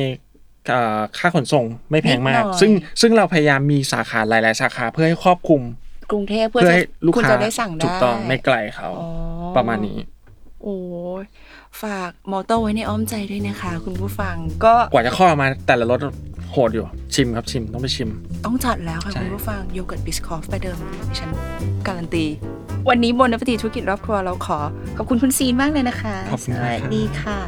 เอ่อค่าขนส่งไม่แพงมาก นิดหน่อย ซึ่งซึ่งเราพยายามมีสาขาหลาย ๆ สาขาเพื่อให้ครอบคลุม กรุงเทพเพื่อ เพื่อ จะ ให้ลูก คุณ ค้า จะได้สั่งได้ ถูกต้องไม่ไกลเขา อ๋อ ประมาณนี้ โอ้ยฝากมอเตอร์ไว้ในอ้อมใจด้วยนะคะ คุณผู้ฟังก็ กว่าจะข้อมาแต่ละรสโหดอยู่ ชิมครับชิมต้องไปชิม ต้องจัดแล้วค่ะ ใช่ คุณผู้ฟังโยเกิร์ตบิสคอฟไปเดิมดิฉันการันตี วันนี้บนนปฏิธุรกิจรอบครัวเราขอขอบคุณคุณซีนมากเลยนะคะ ขอบคุณ ส มาก วัส ครับ ดีค่ะ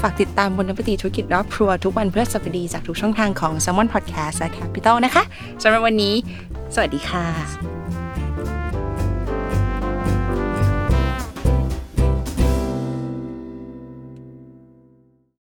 ฝากติดตามบนนปฏิธุรกิจรอบครัวทุกวันพฤหัสบดีจากทุกช่องทางของ s ซ m o n Podcast และ Capital นะคะสำหรับวันนี้ สวัสดีค่ะ